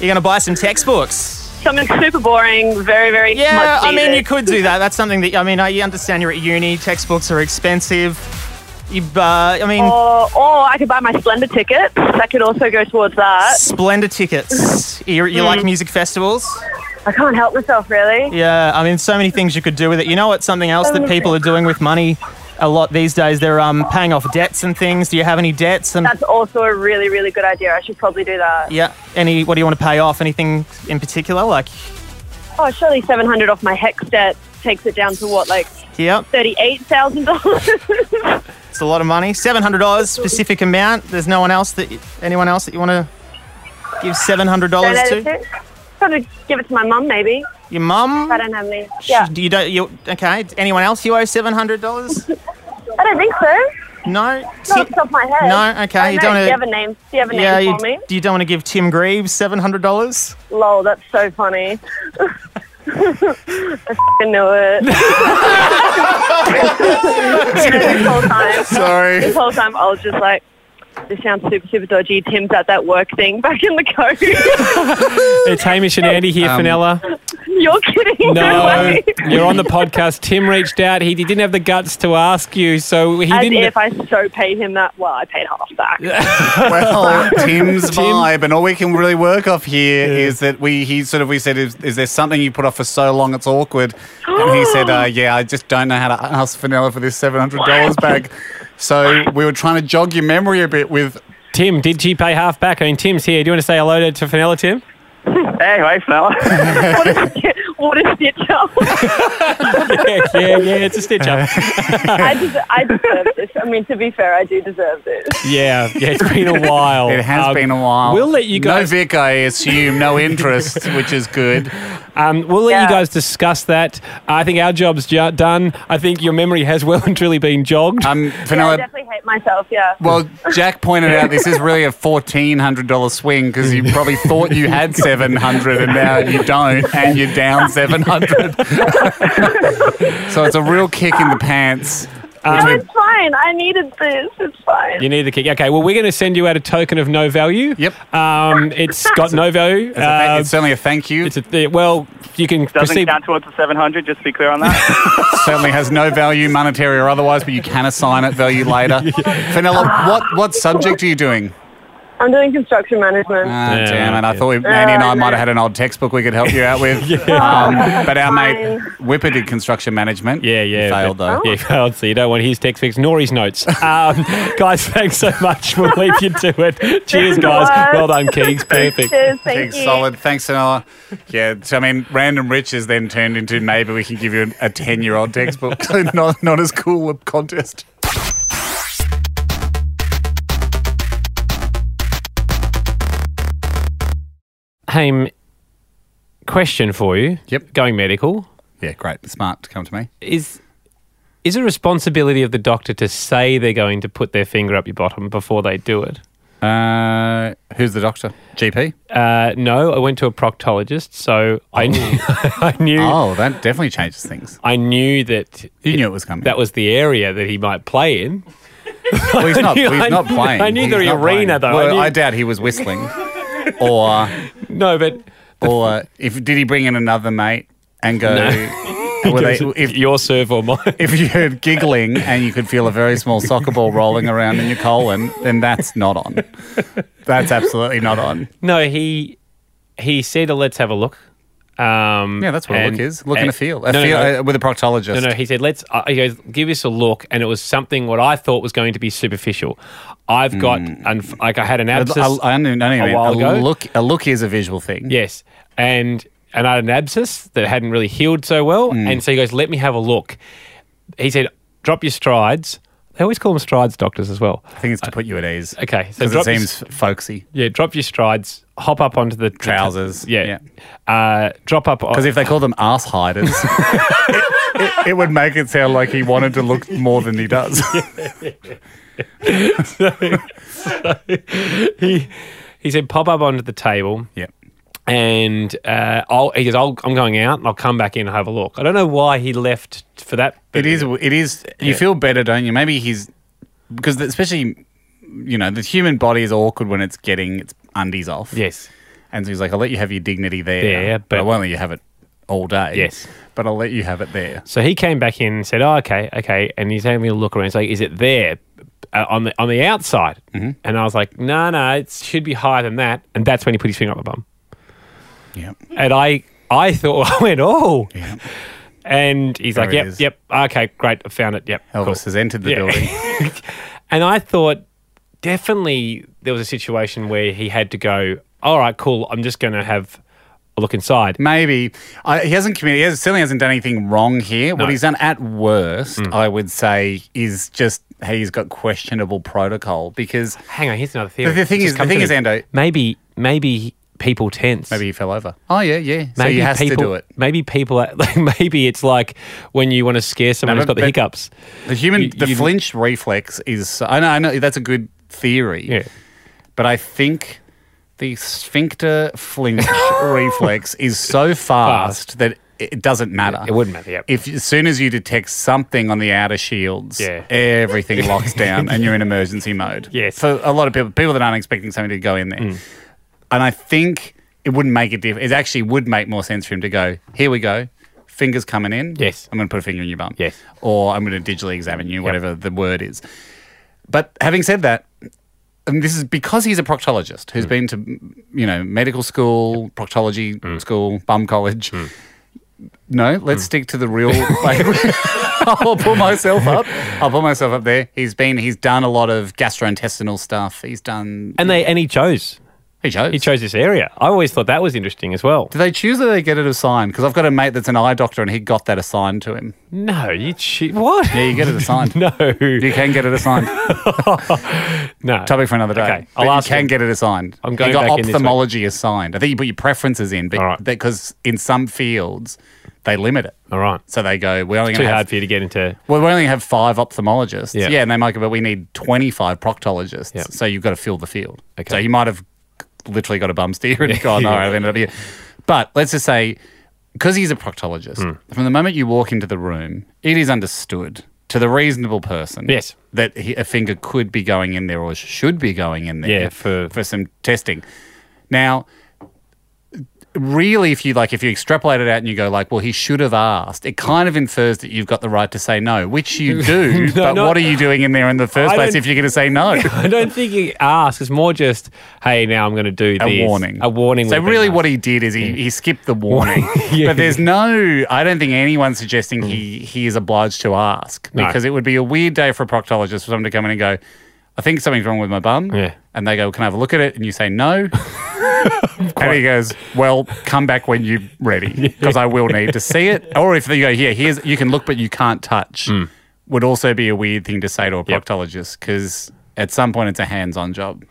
I: going to buy some textbooks.
J: Something super boring, very, very.
I: Yeah,
J: much
I: I mean,
J: needed.
I: you could do that. That's something that, I mean, I understand you're at uni, textbooks are expensive. You, uh, I mean,
J: Or, or I could buy my Splendor tickets. That could also go towards that. Hmm.
I: Splendor tickets. You, you like music festivals?
J: I can't help myself, really.
I: Yeah, I mean, so many things you could do with it. You know what? Something else that people are doing with money a lot these days, they're um, paying off debts and things. Do you have any debts? And
J: That's also a really, really good idea. I should probably do that.
I: yeah, any? What do you want to pay off? Anything in particular? Like,
J: Oh, surely 700 off my hex debt takes it down to what, like
I: yeah,
J: $38,000?
I: it's a lot of money. Seven hundred dollars specific amount. There's no one else that anyone else that you want to give seven hundred dollars
J: Donate
I: to?
J: it Probably give it to my mum, maybe.
I: Your
J: I
I: mum?
J: don't have any. Yeah.
I: You don't. You okay? Anyone else you owe seven hundred dollars?
J: I don't think so.
I: No.
J: Not off the top of my head.
I: No, okay,
J: I
I: you
J: know.
I: don't
J: Do
I: wanna-
J: you have a name? Do you have a name
I: Yeah, you,
J: for me?
I: you don't want to give Tim Greaves seven hundred dollars?
J: Lol, that's so funny. I f***ing knew it. You know, this whole time.
D: Sorry.
J: This whole time I was just like, this sounds super, super dodgy. Tim's at that work thing back in the code.
C: It's Hamish and Andy here, Fenella.
J: You're kidding.
C: No,
J: way.
C: you're on the podcast. Tim reached out. He, he didn't have the guts to ask you, so he
J: As
C: didn't.
J: if I so paid him that. Well, I paid half back.
D: Well, Tim's vibe, and all we can really work off here is that we he sort of we said, is, is there something you put off for so long it's awkward? And he said, uh, yeah, I just don't know how to ask Vanilla for this seven hundred dollars back. So we were trying to jog your memory a bit with.
C: Tim, did she pay half back? I mean, Tim's here. Do you want to say hello to, to Fenella, Tim?
H: Anyway, fella.
J: what a stitch up.
C: yeah, yeah, yeah, it's a stitch up.
J: I, des- I deserve this. I mean, to be fair, I do deserve this.
C: Yeah, yeah, it's been a while.
D: It has
C: Um,
D: been a while.
C: We'll let you guys.
D: No Vic, I assume. No interest, which is good.
C: Um, we'll let you
J: Yeah.
C: guys discuss that. I think our job's ju- done. I think your memory has well and truly been jogged.
D: Um,
J: Yeah, I
D: Vanilla,
J: definitely hate myself. Yeah.
D: Well, Jack pointed out this is really a fourteen hundred dollar swing because you probably thought you had seven hundred and now you don't, and you're down seven hundred. so it's a real kick in the pants.
J: no, it's fine. I needed this. It's fine.
C: Um, you need the kick. Okay, well, we're going to send you out a token of no value.
D: Yep.
C: Um, it's got no value.
D: It's, a thank-
C: Uh,
D: it's certainly a thank you.
C: it's a th- well, you can
H: Doesn't
C: proceed.
H: count towards the 700, just to be clear on that.
D: It certainly has no value, monetary or otherwise, but you can assign it value later. Vanilla, what what subject are you doing?
J: I'm doing construction management.
D: Ah,
C: Yeah,
D: damn it! I
C: yeah.
D: thought we, Andy and I might
J: I know. Oh,
D: have had an old textbook we could help you out with. um, but our mate Whipper did construction management.
C: Yeah,
D: He
C: yeah.
D: failed
C: but-
J: Oh,
D: though.
C: Yeah, he failed. So you don't want his text fix nor his notes. Um, guys, thanks so much. We'll leave you to it. Cheers, guys. Well done, Keeks. Perfect.
J: Cheers. Thank
D: Big
J: you.
D: solid. Thanks, Anna. Yeah, so, I mean, random riches then turned into maybe we can give you an- a ten-year-old textbook. not not as cool a contest.
C: Hey, question for you.
D: Yep.
C: Going medical.
D: Yeah, great. Smart to come to me.
C: Is is a responsibility of the doctor to say they're going to put their finger up your bottom before they do it?
D: Uh, who's the doctor? GP.
C: Uh, no, I went to a proctologist, so I knew I knew
D: Oh, that definitely changes things.
C: I knew that
D: You knew it was coming.
C: that was the area that he might play in.
D: well, he's not.
C: I knew-
D: he's not
C: I knew-
D: playing.
C: I knew
D: He's
C: the
D: not
C: arena,
D: playing.
C: though. I
D: Well,
C: knew-
D: I doubt he was whistling, or
C: No, but
D: or uh, if did he bring in another mate and go? Were they, if
C: your serve or mine.
D: if you heard giggling and you could feel a very small soccer ball rolling around in your colon, then that's not on. That's absolutely not on.
C: No, he he said, "Let's have a look." Um,
D: Yeah, that's what a
C: and-
D: look is. Look and, a
C: and-
D: feel. A
C: no, no,
D: feel
C: no.
D: uh, with a proctologist.
C: No, no, he said, let's, uh, he goes, give us a look. And it was something what I thought was going to be superficial. I've got, unf- like, I had an
D: A-
C: abscess.
D: a- I don't know what you
C: a
D: mean.
C: while
D: a
C: ago.
D: look, a look is a visual thing.
C: Yes. And, and I had an abscess that hadn't really healed so well. And so he goes, let me have a look. He said, drop your strides. They always call them strides, doctors, as well.
D: I think it's to put you at ease.
C: Okay, so
D: because it
C: drop your-
D: seems folksy.
C: Yeah, drop your strides, hop up onto the
D: Trousers,
C: yeah. Uh, drop up.
D: Because if they call them ass hiders, it, it- it would make it sound like he wanted to look more than he does.
C: he, he said, pop up onto the table.
D: yep.
C: and uh, I'll, he goes, I'll, I'm going out and I'll come back in and have a look. I don't know why he left for that.
D: It is. It is. You feel better, don't you? Maybe he's because especially, you know, the human body is awkward when it's getting its undies off.
C: Yes.
D: And so he's like, I'll let you have your dignity there.
C: There,
D: but I
C: but-
D: won't let you have it all day.
C: Yes.
D: But I'll let you have it there.
C: So he came back in and said, oh, okay, okay. And he's having me look around. He's like, is it there uh, on the on the outside? Mm-hmm. And I was like, no, no, it should be higher than that. And that's when he put his finger up my bum.
D: Yep.
C: And I, I thought, I went, oh. And he's
D: There
C: like,
D: it
C: yep,
D: is.
C: yep, okay, great, I found it, yep.
D: Elvis
C: cool.
D: has entered the
C: Yeah.
D: building.
C: And I thought definitely there was a situation where he had to go, all right, cool, I'm just going to have a look inside.
D: Maybe I, he hasn't committed. He has, certainly hasn't done anything wrong here. What he's done at worst,
C: Mm.
D: I would say, is just he's got questionable protocol because
C: Hang on, here's another theory.
D: The- the thing
C: Just
D: is-
C: come
D: the thing
C: to
D: is,
C: me.
D: Ando-
C: maybe maybe people tense.
D: maybe he fell over. Oh yeah, yeah. so he has
C: people,
D: to do it.
C: Maybe people, are- like, maybe it's like when you want to scare someone
D: No,
C: who's
D: but-
C: got the
D: but-
C: hiccups.
D: The human,
C: You-
D: the
C: you-
D: flinch reflex is. I know, I know. That's a good theory.
C: Yeah.
D: But I think the sphincter flinch reflex is so fast, that it doesn't matter.
C: It wouldn't matter, yep.
D: If as soon as you detect something on the outer shields,
C: Yeah.
D: everything locks down and you're in emergency mode.
C: Yes. Mm.
D: For a lot of people, people that aren't expecting something to go in there, and I think it wouldn't make a difference. It actually would make more sense for him to go, here we go. Fingers coming in. Yes. I'm going to put a finger in your bum. Yes. Or I'm going to digitally examine you, whatever the word is. But having said that, and this is because he's a proctologist
C: Hmm.
D: who's been to, you know, medical school, proctology
C: Hmm.
D: school, bum college. No, let's stick to the real. Like, I'll pull myself up. I'll pull myself up there. He's been. He's done a lot of gastrointestinal stuff. He's done.
C: And they and he chose.
D: He chose.
C: He chose this area. I always thought that was interesting as well.
D: Do they choose or they get it assigned? Because I've got a mate that's an eye doctor and he got that assigned to him.
C: No, you che- what?
D: Yeah, you get it assigned.
C: no,
D: You can get it assigned.
C: no.
D: Topic for another day.
C: Okay,
D: But
C: I'll
D: you
C: ask
D: can
C: him.
D: get it assigned.
C: I'm going
D: you got
C: back in this
D: ophthalmology assigned. I think you put your preferences in,
C: All right.
D: but because in some fields they limit it.
C: All right.
D: So they go, we're only
C: It's too
D: going to
C: hard
D: have
C: for you to get into.
D: well, we only have five ophthalmologists.
C: Yeah.
D: and they might go, but we need 25 proctologists. So you've got to fill the field.
C: Okay.
D: So you might have literally got a bum steer and gone, no, I've ended up here. But let's just say, because he's a proctologist,
C: Hmm.
D: from the moment you walk into the room, it is understood to the reasonable person
C: Yes.
D: that he, a finger could be going in there or should be going in there
C: Yeah, for-
D: for some testing. Now, really if you like if you extrapolate it out and you go like well he should have asked it kind of infers that you've got the right to say no which you do but
C: no.
D: what are you doing in there in the first
C: I
D: place
C: don't-
D: if you're going to say no
C: I don't think he asks. It's more just, hey, now I'm going to do this.
D: a warning
C: A warning.
D: so
C: would be
D: really
C: nice.
D: what he did is he, he skipped the warning
C: Yeah. Mm.
D: but there's no i don't think anyone's suggesting he he is obliged to ask
C: No.
D: because it would be a weird day for a proctologist for someone to come in and go i think something's wrong with my bum
C: Yeah.
D: and they go can i have a look at it and you say no And he goes, "Well, come back when you're ready, because I will need to see it." Or if they go, "Yeah, here's you can look, but you can't touch," would also be a weird thing to say to a
C: Mm. Yep.
D: proctologist because at some point it's a hands-on job.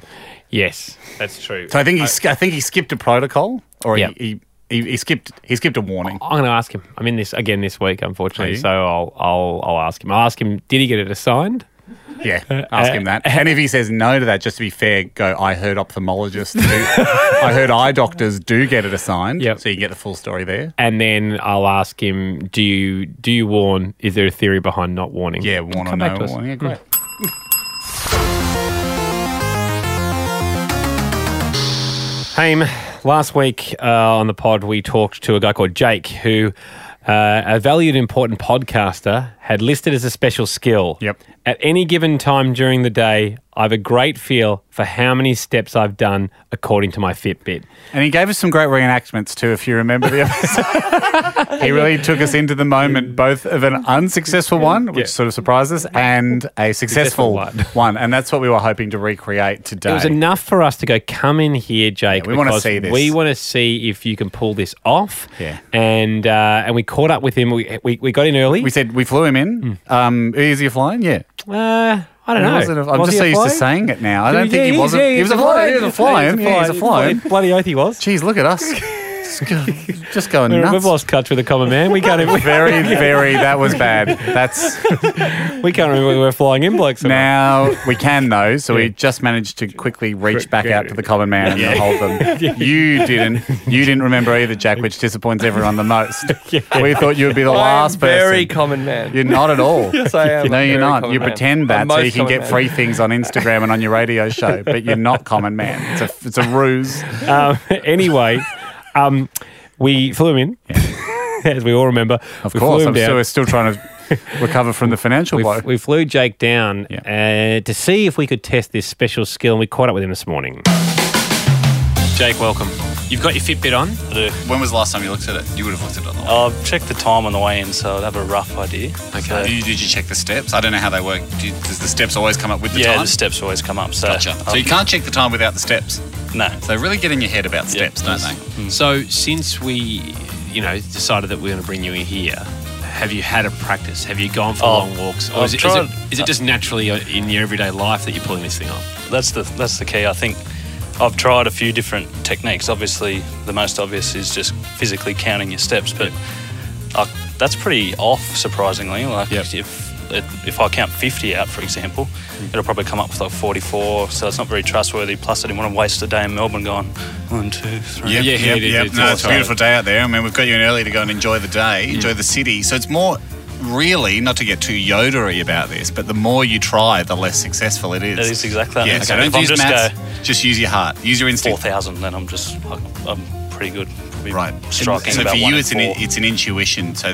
C: Yes, that's true.
D: So I think he, sk- I think he skipped a protocol, or
C: Yep.
D: he, he he skipped he skipped a warning.
C: I'm going to ask him. I'm in this again this week, unfortunately.
D: Are you?
C: So I'll, I'll, I'll ask him. I'll ask him. Did he get it assigned?
D: Yeah,
C: Uh,
D: ask him that. And if he says no to that, just to be fair, go. I heard ophthalmologists, do, I heard eye doctors do get it assigned,
C: Yep.
D: so you get the full story there.
C: And then I'll ask him. Do you do you warn? Is there a theory behind not warning?
D: Yeah, warn or
C: Come back
D: no
C: to us. Mm.
D: warning. Yeah, great.
C: Haim, last week uh, on the pod, we talked to a guy called Jake, who uh, a valued, important podcaster had listed as a special skill.
D: Yep.
C: At any given time during the day, I have a great feel for how many steps I've done according to my Fitbit.
D: And he gave us some great reenactments too, if you remember the episode. he really took us into the
C: Mm.
D: moment, both of an unsuccessful one, which sort of surprised us, and a successful,
C: Successful one.
D: one. And that's what we were hoping to recreate today.
C: It was enough for us to go, come in here, Jake.
D: Yeah, we wanna
C: because
D: see this."
C: We want to see if you can pull this off.
D: Yeah.
C: And uh, and we caught up with him. We, we, we got in early.
D: we said we flew him in. Um, is he a flying? Yeah.
C: uh, I don't know.
D: Was it a- I'm
C: Was
D: just
C: he
D: so
C: a
D: used to
C: fly?
D: saying it now. I don't
C: Yeah,
D: think he
C: is,
D: wasn't.
C: yeah,
D: he was a fly. He was a fly. Yeah, he's a fly.
C: Bloody oath he was.
D: Geez, look at us. Just going
C: We're-
D: nuts.
C: We've lost touch with the common man. We can't. Even,
D: Very, very. That was bad. That's
C: we can't remember we were flying in blokes. or not.
D: Now we can though, so
C: Yeah.
D: we just managed to quickly reach back out to the common man and hold them. You didn't. You didn't remember either, Jack, which disappoints everyone the most. We thought you would be the
G: I'm
D: last person.
G: very common man.
D: you're not at all.
G: Yes, I am.
D: No,
G: I'm very
D: you're not.
G: common
D: You
G: man.
D: pretend
G: I'm
D: that so
G: most
D: you can
G: common
D: get
G: man.
D: free things on Instagram and on your radio show, but you're not common man. It's a, it's a ruse.
C: um, anyway, um, we flew him in, as we all remember.
D: Of
C: we
D: course,
C: flew him
D: I'm
C: down.
D: still, we're still trying to recover from the financial
C: we,
D: blow.
C: we flew Jake down uh, to see if we could test this special skill, and we caught up with him this morning. Jake, welcome. You've got your Fitbit on.
D: When was the last time you looked at it? You would have looked at it.
K: I've checked the time on the way in, so I'd have a rough idea. So,
D: Did you check the steps? I don't know how they work. Do does the steps always come up with
K: yeah, the steps always come up. So,
D: So you can't check the time without the steps.
K: no.
D: They really get in your head about
K: Yeah.
D: steps, don't they?
K: So since we, you know, decided that we're going to bring you in here, have you had a practice? Have you gone for
C: long
K: walks?
C: Or is it- is it-
K: is it just naturally in your everyday life that you're pulling this thing off? That's the that's the key. I think I've tried a few different techniques. Obviously, the most obvious is just physically counting your steps, but uh, that's pretty off, surprisingly. Like if if I count 50 out, for example, it'll probably come up with like 44. So it's not very trustworthy. Plus, I didn't want to waste a day in Melbourne going one, two, three.
B: Yep, yep, yep. No, it's a beautiful day out there. I mean, we've got you in early to go and enjoy the
K: Mm.
B: day, enjoy the city. So it's more, really, not to get too yodery about this, but the more you try, the less successful it is.
K: That is exactly that.
B: Yeah,
K: Okay.
B: so
K: If
B: don't
K: I'm
B: use
K: just
B: maths.
K: go-
B: Just use your heart. Use your instinct.
K: 4,000, then I'm just, I'm, I'm
B: pretty good. Probably
D: Right.
B: Striking
D: so
B: about
D: for
B: one
D: you,
B: in
D: it's an it's an intuition. So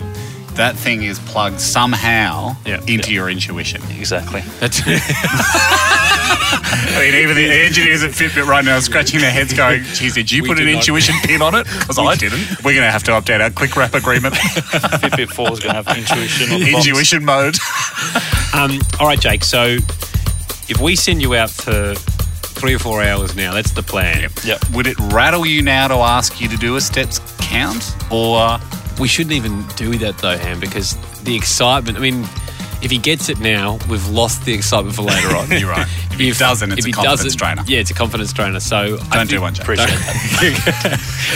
D: that thing is plugged somehow into your intuition.
B: Exactly.
D: That's. I mean, even the engineers at Fitbit right now are scratching their heads, going, "Geez, did you
B: We
D: put
B: did
D: an
B: not.
D: intuition pin on it? Because I didn't. We're going to have to update our quick wrap agreement.
B: Fitbit Four is going to have intuition. On the box.
D: intuition mode.
C: Um, all right, Jake. So if we send you out for three or four hours now, that's the plan. Yep.
D: Would it rattle you now to ask you to do a steps count, or
C: we shouldn't even do that though, Ham, because the excitement. I mean, if he gets it now, we've lost the excitement for later on.
D: You're right.
C: If, he doesn't,
D: it's a confidence
C: drainer. Yeah, it's a confidence drainer. So don't do one, Jake. Appreciate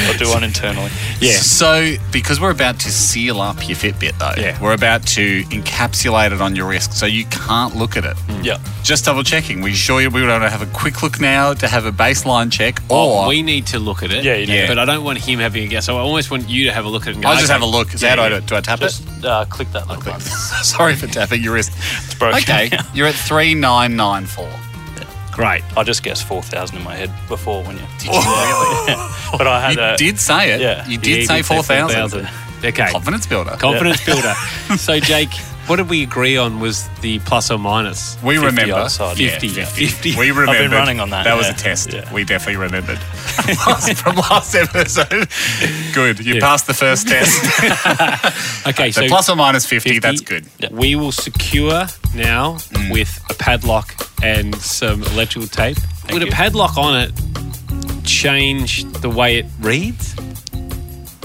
B: I'll do one internally.
D: Yeah. So, because we're about to seal up your Fitbit, though, yeah. we're about to encapsulate it on your wrist, so you can't look at it.
B: Yeah.
D: Just double checking. We sure you we want to have a quick look now to have a baseline check, or
C: Or we need to look at it.
D: Yeah, you do.
C: But I don't want him having a guess. I almost want you to have a look at it. And go,
D: I'll just
C: okay.
D: have a look. Is
C: Yeah,
D: that how
C: yeah.
D: I do? Do I tap
B: Just,
D: it?
B: Uh, click that little button.
D: Sorry for tapping your wrist. It's
B: broken.
D: Okay, you're at three nine nine four.
C: Great.
B: I just guessed 4,000 in my head before when you.
D: Did you really?
B: but I had
D: You
B: a,
D: did say it.
B: Yeah.
D: You did say 4,000.
C: Okay.
D: Confidence builder.
C: Confidence builder. So, Jake, what did we agree on was the plus or minus?
D: We
C: 50
D: remember.
C: outside. 50. 50.
D: We remembered.
C: I've been running on that.
D: That was
C: yeah.
D: a test. We definitely remembered. From last episode. Good. You passed the first test.
C: Okay,
D: So
C: so,
D: plus or minus 50, that's good. Mm.
C: We will secure now with a padlock and some electrical tape. Would a padlock on it change the way it reads?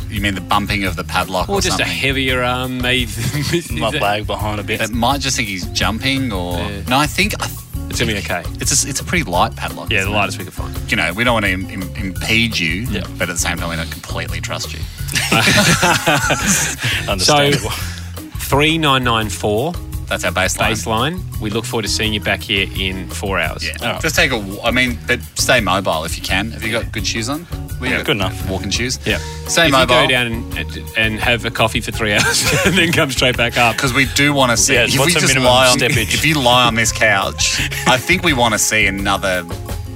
D: You mean the bumping of the padlock
C: Or,
D: or,
C: just a
D: something?
C: heavier arm, maybe?
D: My
B: lag behind a bit.
D: It might just think he's jumping or. No, I think. I
C: it's going to be okay.
D: It's a, it's a pretty light padlock.
C: Yeah, the
D: isn't it?
C: lightest we could find.
D: You know, we don't want to Im- Im- impede you, but at the same time, we don't completely trust you.
C: Understandable. Three nine nine four.
D: That's our baseline.
C: Baseline. We look forward to seeing you back here in four hours.
D: Yeah. Just take a. w- I mean, but stay mobile if you can. Have you got good shoes on? Well, you
C: Yeah,
D: got
C: good enough.
D: Walking shoes.
C: Yeah.
D: Stay
C: if
D: mobile.
C: You go down and, and- and have a coffee for three hours and then come straight back up.
D: Because we do want to see.
C: Yeah,
D: if
C: what's
D: we
C: the
D: just
C: minimum
D: lie on,
C: steppage?
D: if you lie on this couch, I think we want to see another.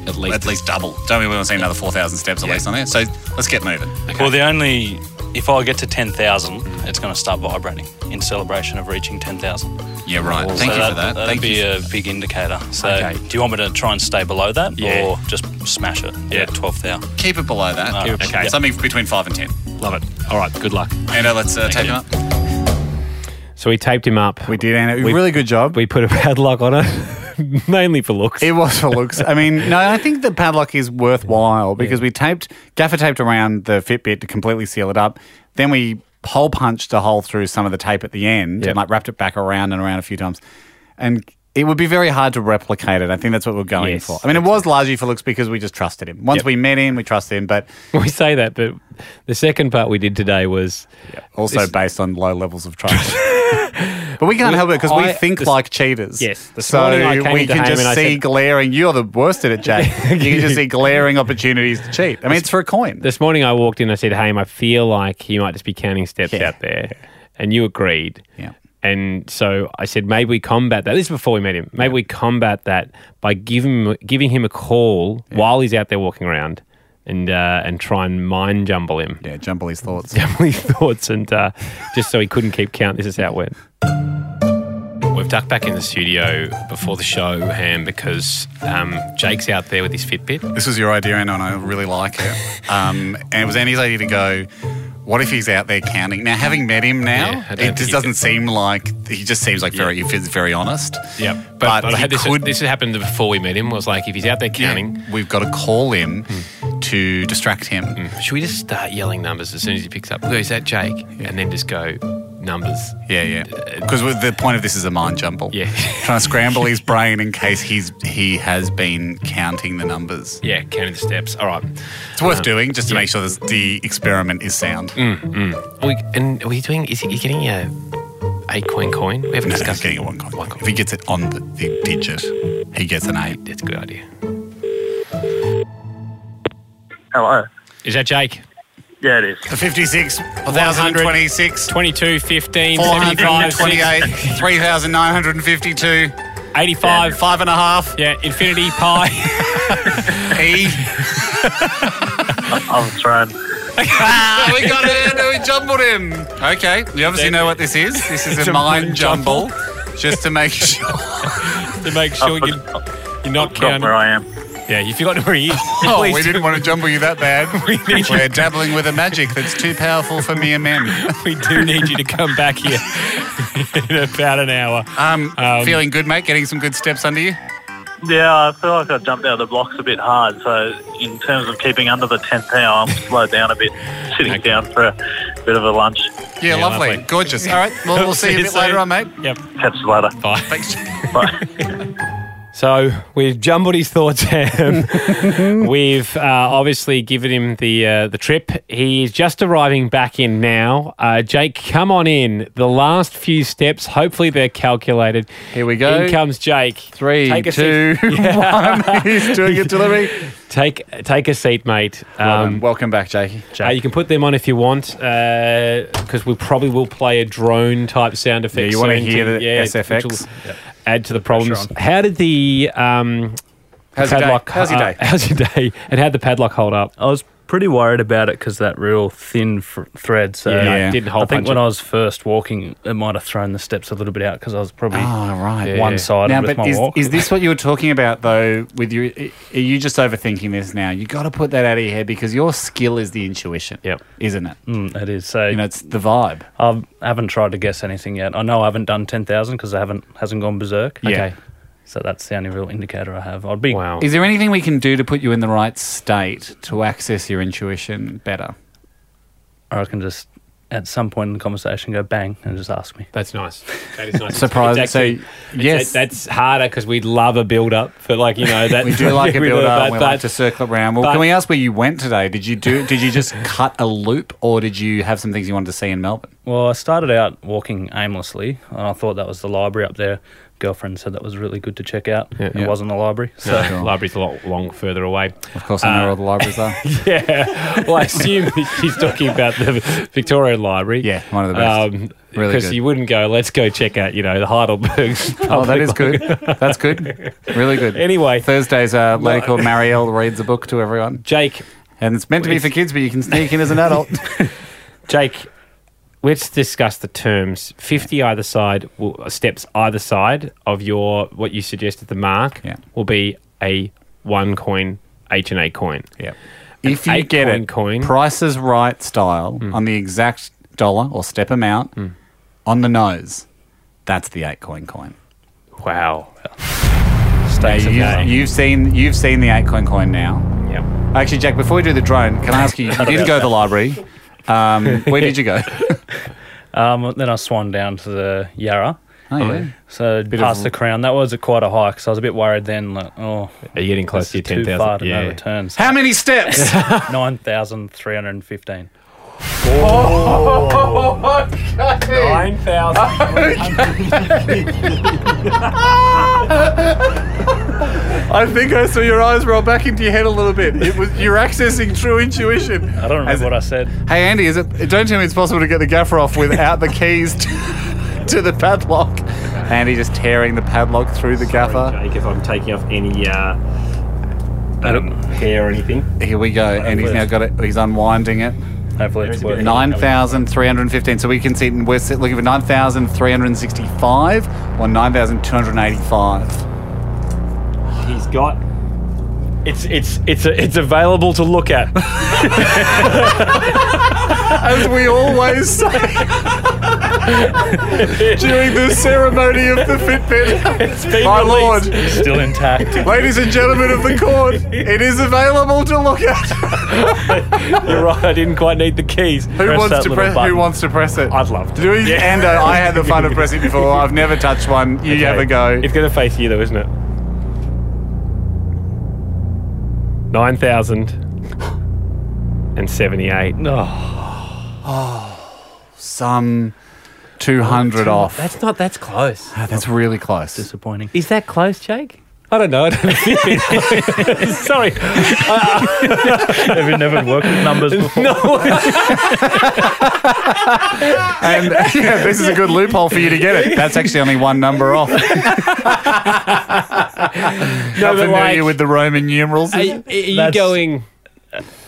D: At least, at least double. Don't we? We want to see another four thousand steps at least on there. So let's get moving.
B: Well, the only. If I get to 10,000, it's going to start vibrating in celebration of reaching 10,000.
D: Yeah, right.
B: So
D: Thank you for that.
B: That'd
D: Thank
B: be
D: you.
B: a big indicator. So,
D: Okay.
B: do you want me to try and stay below that
D: Yeah.
B: or just smash it? Yeah, 12th hour.
D: Keep it below that.
B: All right. Okay.
D: Something between five and ten.
C: Love it. All right. Good luck.
D: And let's uh, take him up.
E: So we taped him up. We
L: did, and really good job.
E: We put a padlock on it, mainly for looks.
L: It was for looks. I mean, no, I think the padlock is worthwhile because we taped gaffer taped around the Fitbit to completely seal it up. Then we hole punched a hole through some of the tape at the end and like wrapped it back around and around a few times. And it would be very hard to replicate it. I think that's what we're going
E: Yes,
L: for. I mean, it was largely for looks because we just trusted him. Once
E: Yep.
L: we met him, we trusted him. But
E: We say that, but the second part we did today was
L: also based on low levels of trust. But we can't help it because we
E: I-
L: think
E: this-
L: like cheaters.
E: Yes, this
L: so
E: morning I came
L: we
E: into
L: can
E: home
L: just
E: and I
L: see
E: said-
L: glaring. You're the worst at it, Jake. you can just see glaring opportunities to cheat. I mean, it's for a coin.
E: This morning I walked in. I said, "Hey, I feel like you might just be counting steps out there," and you agreed.
L: Yeah.
E: And so I said, maybe we combat that. This is before we met him. Maybe we combat that by giving him, giving him a call while he's out there walking around, and uh, and try and mind jumble him.
L: Yeah, jumble his thoughts.
E: Jumble his thoughts, and uh, just so he couldn't keep count. This is how it went.
C: We've ducked back in the studio before the show, Ham, because um, Jake's out there with his Fitbit.
D: This was your idea, Anna, and I really like it. Um, and it was Andy's idea to go, what if he's out there counting? Now, having met him
C: Yeah,
D: now,
C: I don't
D: it
C: think
D: just
C: he-
D: doesn't seem like, he just seems like very, he feels very honest.
C: Yeah, but,
D: But
C: but, I
D: he
C: had this.
D: could-
C: This happened before we met him. Was like if he's out there counting,
D: We've got to call him to distract him.
C: Hmm. should we just start yelling numbers as soon as he picks up? Go, is that Jake? And then just go numbers. Uh,
D: Yeah, yeah. Because the point of this is a mind jumble. Yeah. Trying to scramble his brain in case he's he has been counting the numbers.
C: Yeah, counting the steps. All right,
D: It's worth
C: Um,
D: doing just to
C: yeah.
D: make sure that the experiment is sound.
C: Mm, mm. Are we, and are we doing? Is he getting a eight coin coin? We haven't
D: No,
C: discussed
D: getting a one coin. If he gets it on the, the digit, he gets an eight.
C: That's a good idea.
E: Oh,
M: Hello.
C: Is that Jake?
M: Yeah, it is.
D: The 56, 1026,
C: 22, 15, 75,
D: 428, 3,952,
C: 85,
D: five and a half.
C: Yeah, infinity pi.
D: E.
M: I- I'm thrown.
D: we got it. We jumbled him. Okay, you obviously know what this is. This is
B: It's
D: a
B: a
D: mind
B: mind
D: jumble, just to make sure.
N: to make sure you, you're not counting. where
E: I am.
N: Yeah, you forgot where he is.
D: Oh, we didn't want to jumble you that bad. We're dabbling with a magic that's too powerful for mere men.
N: we do need you to come back here in about an hour.
D: Um,
N: Um,
D: feeling good, mate? Getting some good steps under you?
E: Yeah, I feel like I jumped out of the blocks a bit hard. So in terms of keeping under the 10th hour, I'm slowed down a bit, sitting down for a bit of a lunch.
D: Yeah, lovely. Gorgeous. All right, well, we'll see you a bit later on, mate.
N: Yep.
E: Catch you later.
N: Bye.
D: Thanks.
C: So we've jumbled his thoughts, Em.
N: We've uh, obviously given him the uh, the trip.
C: He's just arriving back in now. Uh, Jake, come on in. The last few steps, hopefully they're calculated. Here we
D: go.
C: In comes Jake. Three,
D: two, one. He's doing it to the me.
C: Take take a seat, mate. Um,
D: welcome back, Jakey.
C: Uh, you can put them on if you want, because we probably will play a drone type sound effect.
D: you wanna
C: soon
D: hear the
C: which
D: SFX.
C: will Add to the problems. How did the um,
G: How's your day?
C: padlock?
G: How's your
C: uh,
G: day?
C: how's your day? And how'd the padlock hold up?
G: I was pretty worried about it because that real thin fr- thread. So
C: Yeah, Yeah. didn't hole
G: I think
C: punch
G: when
C: it.
G: I was first walking, it might have thrown the steps a little bit out because I was probably one sided
D: Ah, Now,
G: with
D: but
G: my
D: is,
G: walk.
D: is this what you were talking about though? With you, are you just overthinking this now? You got to put that out of your head because your skill is the intuition. Yep, isn't it?
G: Mm, it is. So
D: you know, it's the vibe.
G: I've, I haven't tried to guess anything yet. I know I haven't done ten thousand because I haven't hasn't gone berserk.
D: Yeah. Okay.
G: So that's the only real indicator I have. I'd be wow.
D: Is there anything we can do to put you in the right state to access your intuition better?
G: Or I can just at some point in the conversation go bang and just ask me.
N: That's nice. That is nice.
D: Surprise-
N: It's
D: so,
N: actually- it's-
D: yes.
N: that's harder because we love a build up for like you know that
D: we do like a
N: we
D: build up.
N: that-
D: and We like
N: that-
D: to circle around. Well,
N: but-
D: can we ask where you went today? Did you do? Did you just cut a loop, or did you have some things you wanted to see in Melbourne?
G: Well, I started out walking aimlessly, and I thought that was the library up there. Girlfriend said that was really good to check out. it
N: Yeah.
G: wasn't the library.
N: No,
G: So
N: library's a lot long further away.
D: Of course, I know where all the libraries are.
N: yeah. Well, I assume she's talking about the Victorian Library. Yeah,
D: one of the best. Really
N: Because
D: good.
N: you wouldn't go, let's go check out, you know, the Heidelberg's.
D: Oh, that
N: public
D: is good.
N: library."
D: That's good. Really good.
N: Anyway,
D: Thursdays, a lady called Marielle reads a book to everyone.
N: Jake.
D: And it's meant to be for kids, but you can sneak in as an adult.
C: Jake, let's discuss the terms. Fifty either side will, steps either side of your what you suggested the mark will be a one coin H and A coin.
D: Yeah.
C: An
D: If you
C: eight
D: get
C: coin
D: it,
C: coin.
D: Price is Right style on the exact dollar or step amount on the nose, that's the eight coin coin.
C: Wow.
D: Now,
C: Stakes of
D: you've,
C: game.
D: you've seen you've seen the eight coin coin now.
C: Yep.
D: Actually, Jack, before we do the drone, can I ask you? You didn't go to the library. Um, where did you go?
G: um, then I swanned down to the Yarra.
D: Oh, yeah.
G: So
D: Bit of-
G: past the crown, that was a quite a hike. So I was a bit worried then, like, oh,
C: are you getting close to your 10,000?
G: Too far to
C: Yeah.
G: no returns.
D: How many steps?
G: Nine thousand three hundred and fifteen.
N: Nine
D: I think I saw your eyes roll back into your head a little bit. It was you're accessing true intuition. I
G: don't remember what I said.
D: Hey Andy, is it? Don't tell me it's possible to get the gaffer off without the keys to, to the padlock. Andy just tearing the padlock through the gaffer.
C: Jake, if I'm taking off any uh, um, hair or anything.
D: Here we go. And he's now got it. He's unwinding it.
G: Hopefully
C: it's working.
D: Nine thousand three hundred fifteen. So we can see we're sit- looking for nine thousand three hundred sixty-five or nine thousand two hundred eighty-five.
N: He's got. It's it's it's a, it's available to look at.
D: As we always say during the ceremony of the Fitbit. My lord.
G: still intact.
D: Ladies and gentlemen of the court, it is available to look at.
N: You're right. I didn't quite need the keys.
D: Who wants to press? Who wants to press it? I'd
N: love
D: to. Do we, And uh, I had the fun of pressing before. I've never touched one. You have a go.
N: It's going to face you though, isn't it? Nine thousand and seventy-eight.
G: No,
D: Some two hundred off.
C: That's not. That's close.
D: Ah, That's really close.
G: Disappointing.
C: Is that close, Jake? I don't know. I don't- Sorry.
G: have you never worked with numbers before?
D: And yeah, this is a good loophole for you to get it. That's actually only one number off. Not
C: but
D: familiar
C: like-
D: with the Roman numerals.
C: Are, are you
G: That's-
C: going?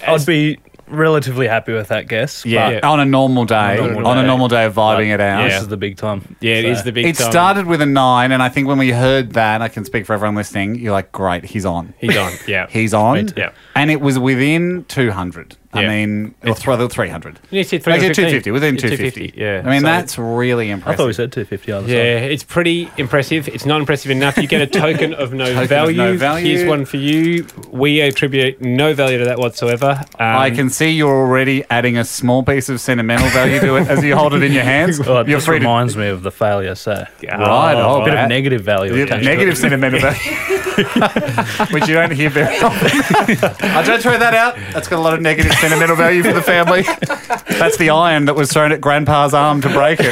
G: I'd be
E: relatively happy with that guess.
D: Yeah,
E: but-
D: on a normal day, on a normal day of vibing it
E: But
D: out.
E: This is the big time.
C: it is
D: It started with a nine, and I think when we heard that, I can speak for everyone listening. You're like, great, he's on.
C: He's on, yeah.
D: he's on.
C: too. Yeah.
D: And it was within 200. I
C: Yeah.
D: mean, or th- 300.
C: You said
D: Actually,
C: 315.
D: 250, within
C: Yeah,
D: 250.
C: 250, yeah.
D: I mean,
C: So-
D: that's really impressive.
C: thought we
E: said 250 on
C: Yeah, it's pretty impressive. It's not impressive enough. You get a token of no,
D: Token of
C: value.
D: no value.
C: Here's one for you. We attribute no value to that whatsoever. Um,
D: I can see you're already adding a small piece of sentimental value to it as you hold it in your hands.
E: Well, it
D: You're
E: just
D: free to-
E: reminds me of the failure, so.
D: Right, oh,
E: a bit
D: that-
E: of negative value.
D: Yeah,
E: attached to
D: negative
E: it.
D: sentimental value, which you don't hear very often. I don't throw that out. That's got a lot of negative sentimental value for the family. That's the iron that was thrown at Grandpa's arm to break it.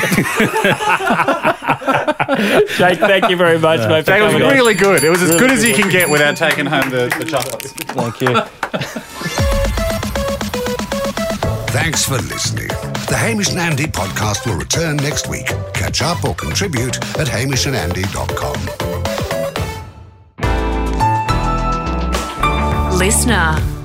C: Jake, thank you very much, mate. for
D: Jake, it was
C: coming on.
D: really good. It was as good as you can get without taking home the, the chocolates.
E: Thank you.
B: Thanks for listening. The Hamish and Andy podcast will return next week. Catch up or contribute at hamishandandy.com.
O: Listener.